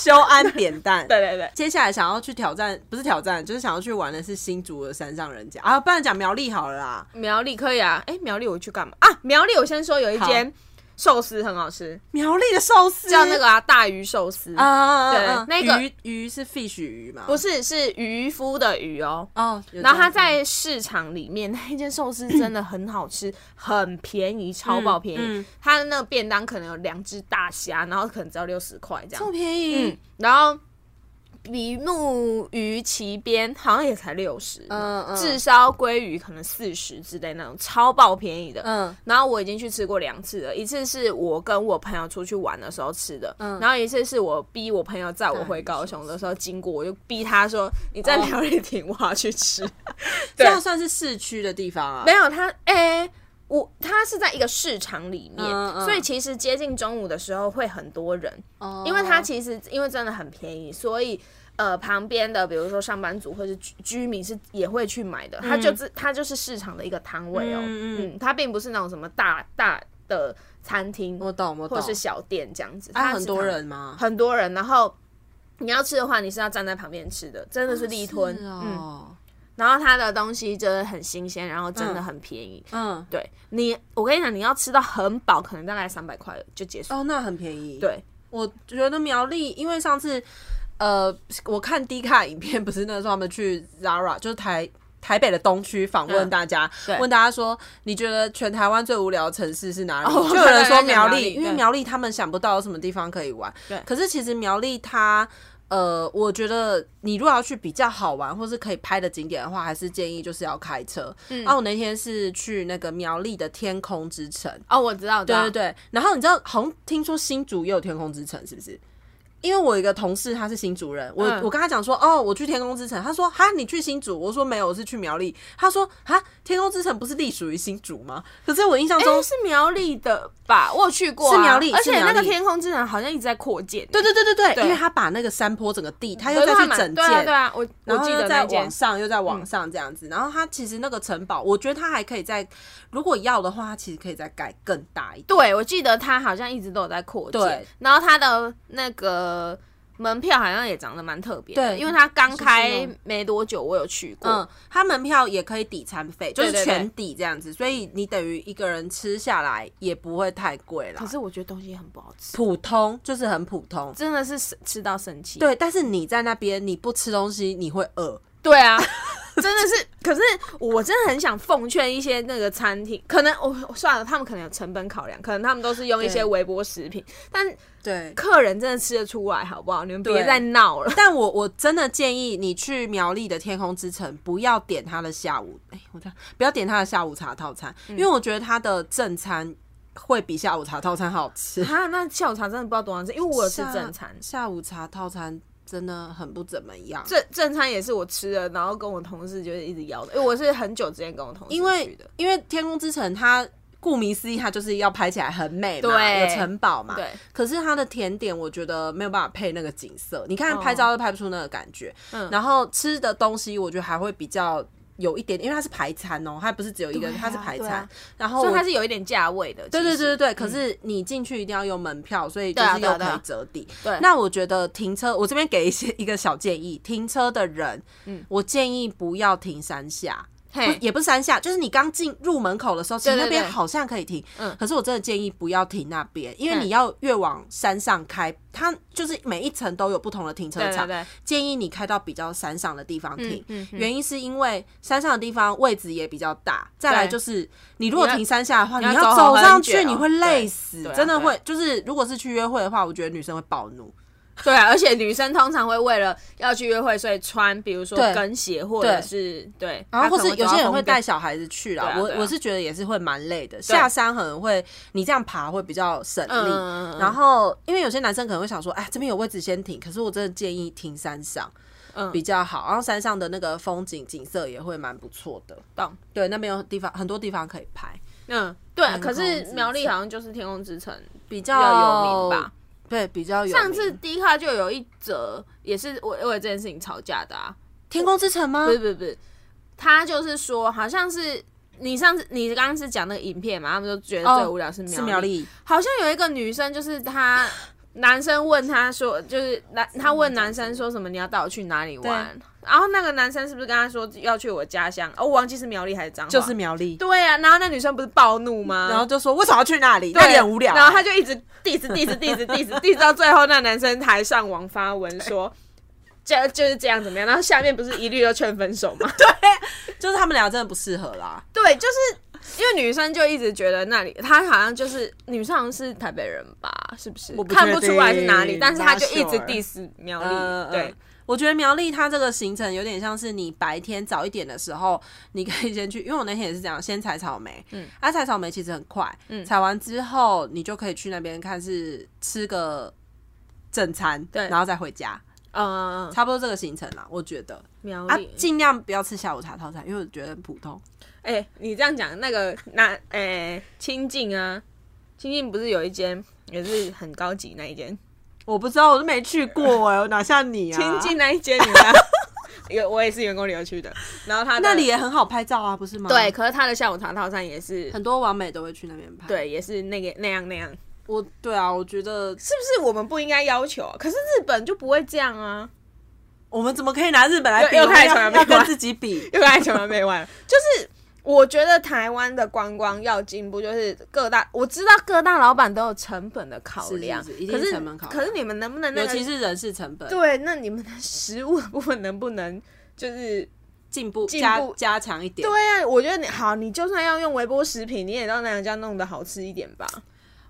Speaker 2: 修安扁
Speaker 1: [laughs]
Speaker 2: 担，
Speaker 1: 对对对，
Speaker 2: 接下来想要去挑战，不是挑战，就是想要去玩的是新竹的山上人家啊，不然讲苗栗好了啦。
Speaker 1: 苗栗可以啊。哎、苗栗我去干嘛啊？苗栗我先说有一
Speaker 2: 好
Speaker 1: 间寿司很好吃，
Speaker 2: 苗栗的寿司
Speaker 1: 叫那个啊大鱼寿司
Speaker 2: 啊啊，啊啊
Speaker 1: 对那个
Speaker 2: 鱼鱼是 fish 鱼嘛？
Speaker 1: 不是，是渔夫的渔哦。
Speaker 2: 哦，有
Speaker 1: 然后
Speaker 2: 这
Speaker 1: 他在
Speaker 2: 样子
Speaker 1: 市场里面那一间寿
Speaker 2: [coughs]
Speaker 1: 司真的很好吃，很便宜，超爆便
Speaker 2: 嗯
Speaker 1: 宜
Speaker 2: 嗯。
Speaker 1: 他的那个便当可能有两只大虾，然后可能只要六十块这
Speaker 2: 这
Speaker 1: 样。
Speaker 2: 么便
Speaker 1: 嗯
Speaker 2: 宜，，
Speaker 1: 然后比目鱼鳍边好像也才六十，
Speaker 2: 嗯嗯
Speaker 1: 炙烧鲑鱼可能四十之类那种，超爆便宜的。
Speaker 2: 嗯
Speaker 1: 然后我已经去吃过两次了，一次是我跟我朋友出去玩的时候吃的，然后一次是我逼我朋友载我回高雄的时候经过，我就逼他说你在苗栗亭，我要去吃。
Speaker 2: 这
Speaker 1: 对
Speaker 2: 样算是市区的地方啊
Speaker 1: [laughs] 没。有他，哎、我他是在一个市场里面，
Speaker 2: 嗯嗯
Speaker 1: 所以其实接近中午的时候会很多人，
Speaker 2: 哦
Speaker 1: 因为它其实因为真的很便宜，所以呃旁边的比如说上班族或是居居民是也会去买的，它就是它就是市场的一个摊位哦，
Speaker 2: 嗯
Speaker 1: 嗯，它并不是那种什么大大的餐厅
Speaker 2: 我懂我
Speaker 1: 或
Speaker 2: 懂，
Speaker 1: 是小店这样子，它
Speaker 2: 啊
Speaker 1: 是
Speaker 2: 很多
Speaker 1: 摊
Speaker 2: 人吗？
Speaker 1: 很多人，然后。你要吃的话，你是要站在旁边吃的，真的是
Speaker 2: 啊是
Speaker 1: 力吞。嗯，
Speaker 2: 哦，
Speaker 1: 然后它的东西真的很新鲜，然后真的很便宜。
Speaker 2: 嗯
Speaker 1: 对你，我跟你讲，你要吃到很饱，可能大概三百块就结束。
Speaker 2: 哦，那很便宜。，
Speaker 1: 对，
Speaker 2: 我觉得苗栗，因为上次呃，我看 D 卡影片，不是那时候他们去 Zara，就是台。台北的东区访问大家，
Speaker 1: 嗯对
Speaker 2: 问大家说，你觉得全台湾最无聊的城市是哪里？
Speaker 1: 哦我
Speaker 2: 就有人说
Speaker 1: 看到有
Speaker 2: 苗
Speaker 1: 人讲苗栗
Speaker 2: 栗，因为
Speaker 1: [laughs] 对
Speaker 2: 苗栗他们想不到有什么地方可以玩。
Speaker 1: 对
Speaker 2: 可是其实苗栗它，呃，我觉得你如果要去比较好玩或是可以拍的景点的话，还是建议就是要开车。嗯，啊，我那天是去那个苗栗的天空之城，
Speaker 1: 哦，我知道，我知
Speaker 2: 对
Speaker 1: 道
Speaker 2: 对对，然后你知道，好像听说新竹也有天空之城，是不是？因为我有一个同事他是新竹人，我、
Speaker 1: 嗯
Speaker 2: 我跟他讲说，哦，我去天空之城，他说哈，你去新竹？我说没有，我是去苗栗。他说哈，天空之城不是隶属于新竹吗？可是我印象
Speaker 1: 哎、
Speaker 2: 中，
Speaker 1: 是苗栗的吧？我有去过啊、
Speaker 2: 是苗栗
Speaker 1: 而且
Speaker 2: 是苗
Speaker 1: 那
Speaker 2: 栗
Speaker 1: 个天空之城好像一直在扩建。
Speaker 2: 对对对对对，
Speaker 1: 对嗯
Speaker 2: 因为他把那个山坡整个地，他
Speaker 1: 对，
Speaker 2: 又再去
Speaker 1: 对
Speaker 2: 整
Speaker 1: 对啊，
Speaker 2: 建
Speaker 1: 对，啊，我我
Speaker 2: 然后
Speaker 1: 记
Speaker 2: 又
Speaker 1: 得
Speaker 2: 在
Speaker 1: 那
Speaker 2: 往
Speaker 1: 间。嗯
Speaker 2: 上，又在往上这样子。然后它其实那个城堡，我觉得它还可以再，如果要的话，它其实可以再盖更大一点。
Speaker 1: 对，我记得它好像一直都有在扩建
Speaker 2: 对，
Speaker 1: 然后它的那个门票好像也长得蛮特别的，
Speaker 2: 对
Speaker 1: 因为它刚
Speaker 2: 就是那
Speaker 1: 开
Speaker 2: 种
Speaker 1: 没多久，我有去过，
Speaker 2: 嗯，它门票也可以抵餐费，就是
Speaker 1: 对对
Speaker 2: 全抵这样子，所以你等于一个人吃下来也不会太贵啦
Speaker 1: 可。是我觉得东西很不好吃，
Speaker 2: 普通就是很普通，
Speaker 1: 真的是吃吃到生气。
Speaker 2: 对。但是你在那边你不吃东西你会饿，
Speaker 1: 对
Speaker 2: [laughs]
Speaker 1: 啊，真的是。可是我真的很想奉劝一些那个餐厅，可能我、算了，他们可能有成本考量，可能他们都是用一些
Speaker 2: 对
Speaker 1: 微波食品，但
Speaker 2: 对。
Speaker 1: 客人真的吃得出来，好不好？你们别
Speaker 2: 对
Speaker 1: 再闹了。
Speaker 2: 但我我真的建议你去苗栗的天空之城，不要点它的下午，哎、我看不要点它的下午茶套餐，
Speaker 1: 嗯
Speaker 2: 因为我觉得它的正餐会比下午茶套餐好吃。
Speaker 1: 哈，那下午茶真的不知道多少钱，因为我有吃正餐，
Speaker 2: 下下午茶套餐真的很不怎么样。
Speaker 1: 正正餐也是我吃的，然后跟我同事就是一直要的，因为我是很久之前跟我同事
Speaker 2: 因为
Speaker 1: 去的，
Speaker 2: 因为天空之城它顾名思义，它就是要拍起来很美嘛，
Speaker 1: 对
Speaker 2: 有城堡嘛。
Speaker 1: 对。
Speaker 2: 可是它的甜点，我觉得没有办法配那个景色。你看
Speaker 1: 哦
Speaker 2: 拍照都拍不出那个感觉。
Speaker 1: 嗯
Speaker 2: 然后吃的东西，我觉得还会比较有一点，因为它是排餐哦，它不是只有一个，
Speaker 1: 对啊
Speaker 2: 它是排
Speaker 1: 对
Speaker 2: 餐。
Speaker 1: 啊
Speaker 2: 然后
Speaker 1: 所以
Speaker 2: 我
Speaker 1: 它是有一点价位的。
Speaker 2: 对对
Speaker 1: 其
Speaker 2: 对对
Speaker 1: 实，
Speaker 2: 对，可是你进去一定要用门票，所以就
Speaker 1: 嗯对啊
Speaker 2: 是
Speaker 1: 对啊
Speaker 2: 又可
Speaker 1: 对啊
Speaker 2: 以折抵。
Speaker 1: 对
Speaker 2: 那我觉得停车，我这边给一些一个小建议，停车的人，嗯，我建议不要停山下。不
Speaker 1: 嘿，
Speaker 2: 也不是山下，就是你刚进入门口的时候，其
Speaker 1: 对
Speaker 2: 实
Speaker 1: 对
Speaker 2: 那边
Speaker 1: 对
Speaker 2: 好像可以停，
Speaker 1: 嗯
Speaker 2: 可是我真的建议不要停那边，因为
Speaker 1: 嗯
Speaker 2: 你要越往山上开，它就是每一层都有不同的停车
Speaker 1: 对对
Speaker 2: 场，
Speaker 1: 对，
Speaker 2: 建议你开到比较山上的地方停。
Speaker 1: 嗯嗯
Speaker 2: 原因是因为山上的地方位置也比较大，再来就是你如果停山下的话，
Speaker 1: 你
Speaker 2: 你
Speaker 1: 要
Speaker 2: 要
Speaker 1: 走
Speaker 2: 走
Speaker 1: 很
Speaker 2: 上
Speaker 1: 久
Speaker 2: 去你会累死
Speaker 1: 对，对啊
Speaker 2: 真的
Speaker 1: 对啊
Speaker 2: 会。就是如果是去约会的话，我觉得女生会暴怒。
Speaker 1: 对啊，而且女生通常会为了要去约会，所以穿比如说
Speaker 2: 对
Speaker 1: 跟鞋或者是对，
Speaker 2: 然后
Speaker 1: 她
Speaker 2: 或
Speaker 1: 可
Speaker 2: 是
Speaker 1: 能
Speaker 2: 有些人会
Speaker 1: 走到
Speaker 2: 带小孩子去啦，
Speaker 1: 对啊
Speaker 2: 我
Speaker 1: 对啊
Speaker 2: 我是觉得也是会蛮累的。下山可能会你这样爬会比较省
Speaker 1: 嗯嗯嗯
Speaker 2: 力，
Speaker 1: 嗯
Speaker 2: 然后因为有些男生可能会想说，哎，这边有位置先停，可是我真的建议停山上
Speaker 1: 嗯
Speaker 2: 比较好，然后山上的那个风景景色也会蛮不错的。
Speaker 1: 动。
Speaker 2: 对，那边有地方很多地方可以拍，
Speaker 1: 嗯，对啊，
Speaker 2: 天空
Speaker 1: 可
Speaker 2: 之
Speaker 1: 是
Speaker 2: 城
Speaker 1: 苗栗好像就是天空之城
Speaker 2: 比
Speaker 1: 比
Speaker 2: 较
Speaker 1: 较有名吧。？
Speaker 2: 对，比较有名。
Speaker 1: 上次低卡就有一则也是我为了这件事情吵架的啊，
Speaker 2: 天空之城吗
Speaker 1: 不？是不是不是，他就是说好像是你上次你刚刚是讲那个影片嘛，他们就觉得最
Speaker 2: 哦
Speaker 1: 无聊是
Speaker 2: 是苗栗，
Speaker 1: 好像有一个女生，就是她，男生问她说，就是男，她问男生说什么你要带我去哪里玩？然后那个男生是不是跟她说要去我家乡？哦，我忘记是苗栗还是彰化，
Speaker 2: 就是苗栗。
Speaker 1: 对啊。然后那女生不是暴怒吗？
Speaker 2: 然后就说为什么要去那里？
Speaker 1: 对
Speaker 2: 那里很无聊。
Speaker 1: 然后他就一直 diss diss diss diss diss 到最后，那男生还上网发文说。 [laughs] 就就是这样怎么样？然后下面不是一律都劝分手吗？
Speaker 2: 就是他们俩真的不适合啦。
Speaker 1: [laughs] 对，就是因为女生就一直觉得那里，她好像就是女生好像是台北人吧，是不是？
Speaker 2: 我不
Speaker 1: 看
Speaker 2: 确
Speaker 1: 不出来是哪
Speaker 2: 定
Speaker 1: 里，但是她就一直
Speaker 2: not sure
Speaker 1: diss 苗栗，
Speaker 2: 嗯，
Speaker 1: 对
Speaker 2: 嗯，我觉得苗栗它这个行程有点像是你白天早一点的时候，你可以先去，因为我那天也是这样，先采草莓，嗯，啊，采草莓其实很快，嗯，采完之后你就可以去那边看是吃个正餐，
Speaker 1: 对
Speaker 2: 然后再回家，
Speaker 1: 嗯，嗯
Speaker 2: 差不多这个行程啦，我觉得
Speaker 1: 苗
Speaker 2: 啊
Speaker 1: 栗，。
Speaker 2: 尽量不要吃下午茶套餐，因为我觉得很普通，
Speaker 1: 哎、你这样讲那个那哎清境啊，清境不是有一间也是很高级那一间，
Speaker 2: 我不知道，我都没去过哎、我哪像你啊？
Speaker 1: 清境那一间你知道 [laughs] 有我也是员工旅游去的，然后他
Speaker 2: 那里也很好拍照啊，不是吗？
Speaker 1: 对，，可是他的下午茶套餐也是
Speaker 2: 很多网美都会去那边拍。，
Speaker 1: 对，也是那个那样那样，是
Speaker 2: 我对啊，我觉得
Speaker 1: 不是我们不应该要求？啊可是日本就不会这样啊。
Speaker 2: 我们怎么可以拿日本来比？
Speaker 1: 又
Speaker 2: 我
Speaker 1: 又
Speaker 2: 们
Speaker 1: 开始
Speaker 2: 要
Speaker 1: 了
Speaker 2: 要
Speaker 1: 没
Speaker 2: 跟
Speaker 1: 完
Speaker 2: 自己比。
Speaker 1: 又爱全完美完了，就是我觉得台湾的观光要进步，就是各大我知道各大老板都有成本的考量，
Speaker 2: 是是是一定
Speaker 1: 可
Speaker 2: 是
Speaker 1: 是
Speaker 2: 成本考量
Speaker 1: 可是你们能不能、那
Speaker 2: 尤
Speaker 1: 个，
Speaker 2: 其是人事成本
Speaker 1: 对，那你们的食物的 [laughs] 部分能不能就是
Speaker 2: 进步
Speaker 1: 进
Speaker 2: 加
Speaker 1: 步
Speaker 2: 加强一点
Speaker 1: 对。啊？我觉得你好，你就算要用微波食品，你也要让人家弄得好吃一点吧。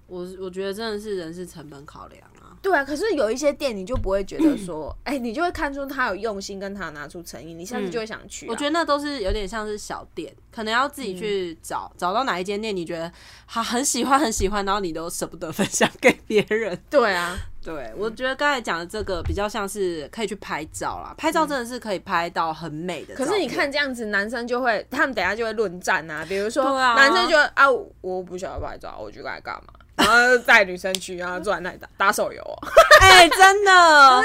Speaker 2: 我我觉得真的是人事成本考量啊。
Speaker 1: 对啊，可是有一些店你就不会觉得说， [clears throat] 哎、你就会看出他有用心，跟他有拿出诚意，你下次就会想去啊、
Speaker 2: 我觉
Speaker 1: 得
Speaker 2: 得那都是有点像是小店，可能要自
Speaker 1: 嗯
Speaker 2: 己去找，找到哪一间店你觉得他很喜欢很喜欢，然后你都舍不得分享给别人。
Speaker 1: [laughs] 对啊，
Speaker 2: 对，我觉得刚才讲的这个比较像是可以去拍照啦，拍照真的是可以拍到很美的
Speaker 1: 嗯
Speaker 2: 照
Speaker 1: 可
Speaker 2: 片。
Speaker 1: 是你看这样子，男生就会，他们等一下就会论战啊。比如说，
Speaker 2: 对啊
Speaker 1: 男生就会啊，我我不想要拍照，我去来干嘛？然后带女生去，然后坐在那里打打手游、哦。 [laughs]
Speaker 2: 哎、真的，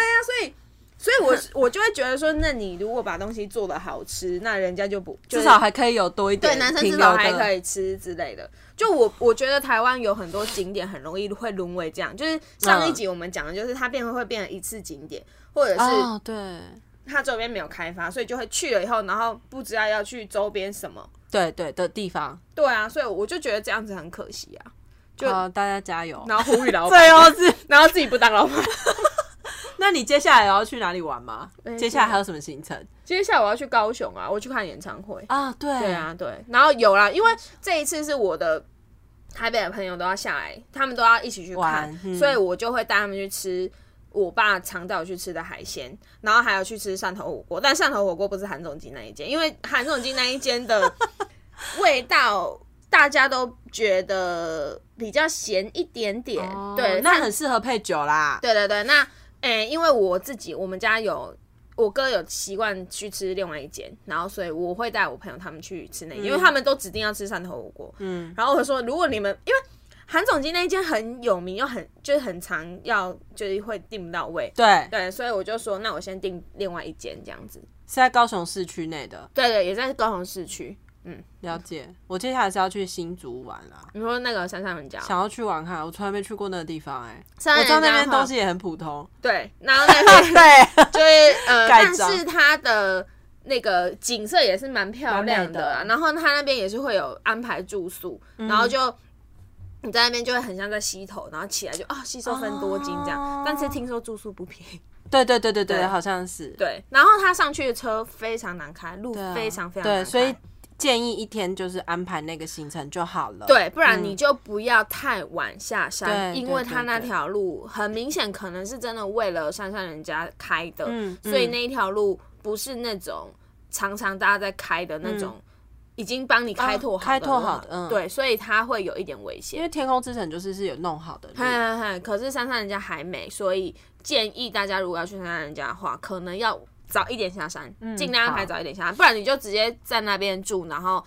Speaker 1: 所以我，我就会觉得说，那你如果把东西做的好吃，那人家就不就是
Speaker 2: 至少还可以有多一点
Speaker 1: 对男生
Speaker 2: 停
Speaker 1: 至少
Speaker 2: 留
Speaker 1: 还
Speaker 2: 的
Speaker 1: 可以吃之类的。就我我觉得台湾有很多景点很容易会沦为这样，就是上
Speaker 2: 嗯
Speaker 1: 一集我们讲的，就是它变会变成一次景点，或者是
Speaker 2: 哦，对
Speaker 1: 它周边没有开发，所以就会去了以后，然后不知道要去周边什么。
Speaker 2: 对对的地方，
Speaker 1: 对啊，所以我就觉得这样子很可惜啊。就
Speaker 2: 好，大家加油。
Speaker 1: 然后呼吁老板，
Speaker 2: [laughs] 最后是，
Speaker 1: 然后自己不当老板。 [laughs]
Speaker 2: 那你接下来要去哪里玩吗？
Speaker 1: 嗯
Speaker 2: 接下来还有什么行程
Speaker 1: 接下来我要去高雄啊，我去看演唱会。
Speaker 2: 啊？对
Speaker 1: 对，啊，对，然后有啦，因为这一次是我的台北的朋友都要下来，他们都要一起去看
Speaker 2: 玩，嗯
Speaker 1: 所以我就会带他们去吃。我爸常带我去吃的海鲜，然后还有去吃汕头火锅，但汕头火锅不是韩总机那一间，因为韩总机那一间的 [laughs] 味道大家都觉得比较咸一点点，
Speaker 2: 哦
Speaker 1: 对，
Speaker 2: 那
Speaker 1: 很。
Speaker 2: 很适合配酒啦。
Speaker 1: 对对对，那诶、因为我自己我们家有。我哥有习惯去吃另外一间，然后所以我会带我朋友他们去吃那间，因为他们都指定要吃汕头火锅。嗯，然后我说，如果你们因为韩总机那一间很有名，又很就是很常要就是会订不到位，
Speaker 2: 对，
Speaker 1: 对，所以我就说，那我先订另外一间这样子。
Speaker 2: 是在高雄市区内的，
Speaker 1: 对对，也在高雄市区。嗯，
Speaker 2: 了解。我接下来是要去新竹玩啦，
Speaker 1: 你说那个山上人家哦，
Speaker 2: 想要去玩看，我从来没去过那个地方哎、
Speaker 1: 山
Speaker 2: 我
Speaker 1: 上
Speaker 2: 知道
Speaker 1: 人
Speaker 2: 那
Speaker 1: 家
Speaker 2: 边
Speaker 1: 的话
Speaker 2: 东西也很普通，
Speaker 1: 对，然后那
Speaker 2: [laughs]
Speaker 1: 边
Speaker 2: 对，
Speaker 1: 就是呃，
Speaker 2: 盖
Speaker 1: 但
Speaker 2: 章
Speaker 1: 是它的那个景色也是蛮漂亮的,、啊
Speaker 2: 蛮美的嗯
Speaker 1: 然后它那边也是会有安排住宿，然后就你在那边就会很像在溪头，然后起来就啊、吸收分多金这样、
Speaker 2: 哦
Speaker 1: 但是听说住宿不便宜，
Speaker 2: 对对对对对，
Speaker 1: 对
Speaker 2: 好像是，
Speaker 1: 对。然后他上去的车非常难开，路
Speaker 2: 对啊
Speaker 1: 非常非常难
Speaker 2: 对，
Speaker 1: 开
Speaker 2: 所以建议一天就是安排那个行程就好了。嗯
Speaker 1: 对，不然你就不要太晚下山，
Speaker 2: 对
Speaker 1: 因为
Speaker 2: 对
Speaker 1: 他
Speaker 2: 对
Speaker 1: 那
Speaker 2: 对
Speaker 1: 条路很明显可能是真的为了山上人家开的，
Speaker 2: 嗯
Speaker 1: 所以
Speaker 2: 嗯
Speaker 1: 那一条路不是那种常常大家在开的那种，已经帮你开拓好的、
Speaker 2: 嗯啊开拓好的嗯
Speaker 1: 对，所以它会有一点危险
Speaker 2: 因。为天空之城就是是有弄好的路，
Speaker 1: 嗨嗨嗨！可是山上人家还没，所以建议大家如果要去山上人家的话，可能要早一点下山，尽、量安排
Speaker 2: 好
Speaker 1: 早一点下山，不然你就直接在那边住，然后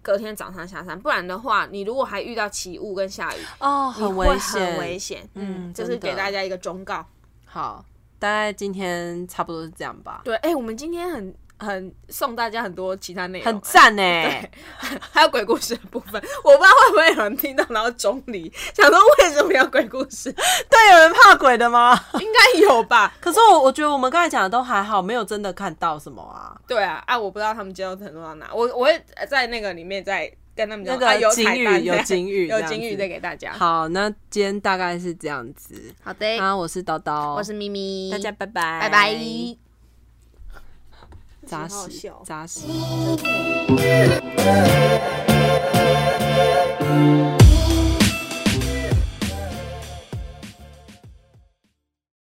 Speaker 1: 隔天早上下山。不然的话，你如果还遇到起雾跟下雨，
Speaker 2: 哦，
Speaker 1: 你
Speaker 2: 很
Speaker 1: 会
Speaker 2: 危
Speaker 1: 很
Speaker 2: 险，
Speaker 1: 危险。嗯，
Speaker 2: 嗯
Speaker 1: 这是
Speaker 2: 真的
Speaker 1: 给大家一个忠告。
Speaker 2: 好，大概今天差不多是这样吧，
Speaker 1: 对，哎、我们今天很很送大家很欸多其他内容、
Speaker 2: 很赞呢、
Speaker 1: [laughs] 还有鬼故事的部分，我不知道会不会有人听到，然后中离，想说为什么要鬼故 [laughs] 事？
Speaker 2: 对， [laughs] 有人怕鬼的吗？ [laughs]
Speaker 1: 应该有吧？
Speaker 2: 可是我我觉得我们刚才讲的都还好，没有真的看到什么啊。
Speaker 1: 对啊，啊，我不知道他们接到程度到哪，我我会在那个里面再跟他们讲
Speaker 2: 那个
Speaker 1: 啊有
Speaker 2: 警
Speaker 1: 彩
Speaker 2: 语
Speaker 1: 蛋
Speaker 2: 有
Speaker 1: 对
Speaker 2: 警
Speaker 1: [laughs]
Speaker 2: 语
Speaker 1: 有
Speaker 2: 这样
Speaker 1: 警语
Speaker 2: 子
Speaker 1: 再给大家。
Speaker 2: 好，那今天大概是这样子。
Speaker 1: 好的
Speaker 2: 啊，我是叨叨，
Speaker 1: 哎我是咪咪，
Speaker 2: 大家拜拜，
Speaker 1: 拜拜。
Speaker 2: 扎
Speaker 1: 好好
Speaker 2: 实
Speaker 1: 笑
Speaker 2: 扎实。
Speaker 1: 真的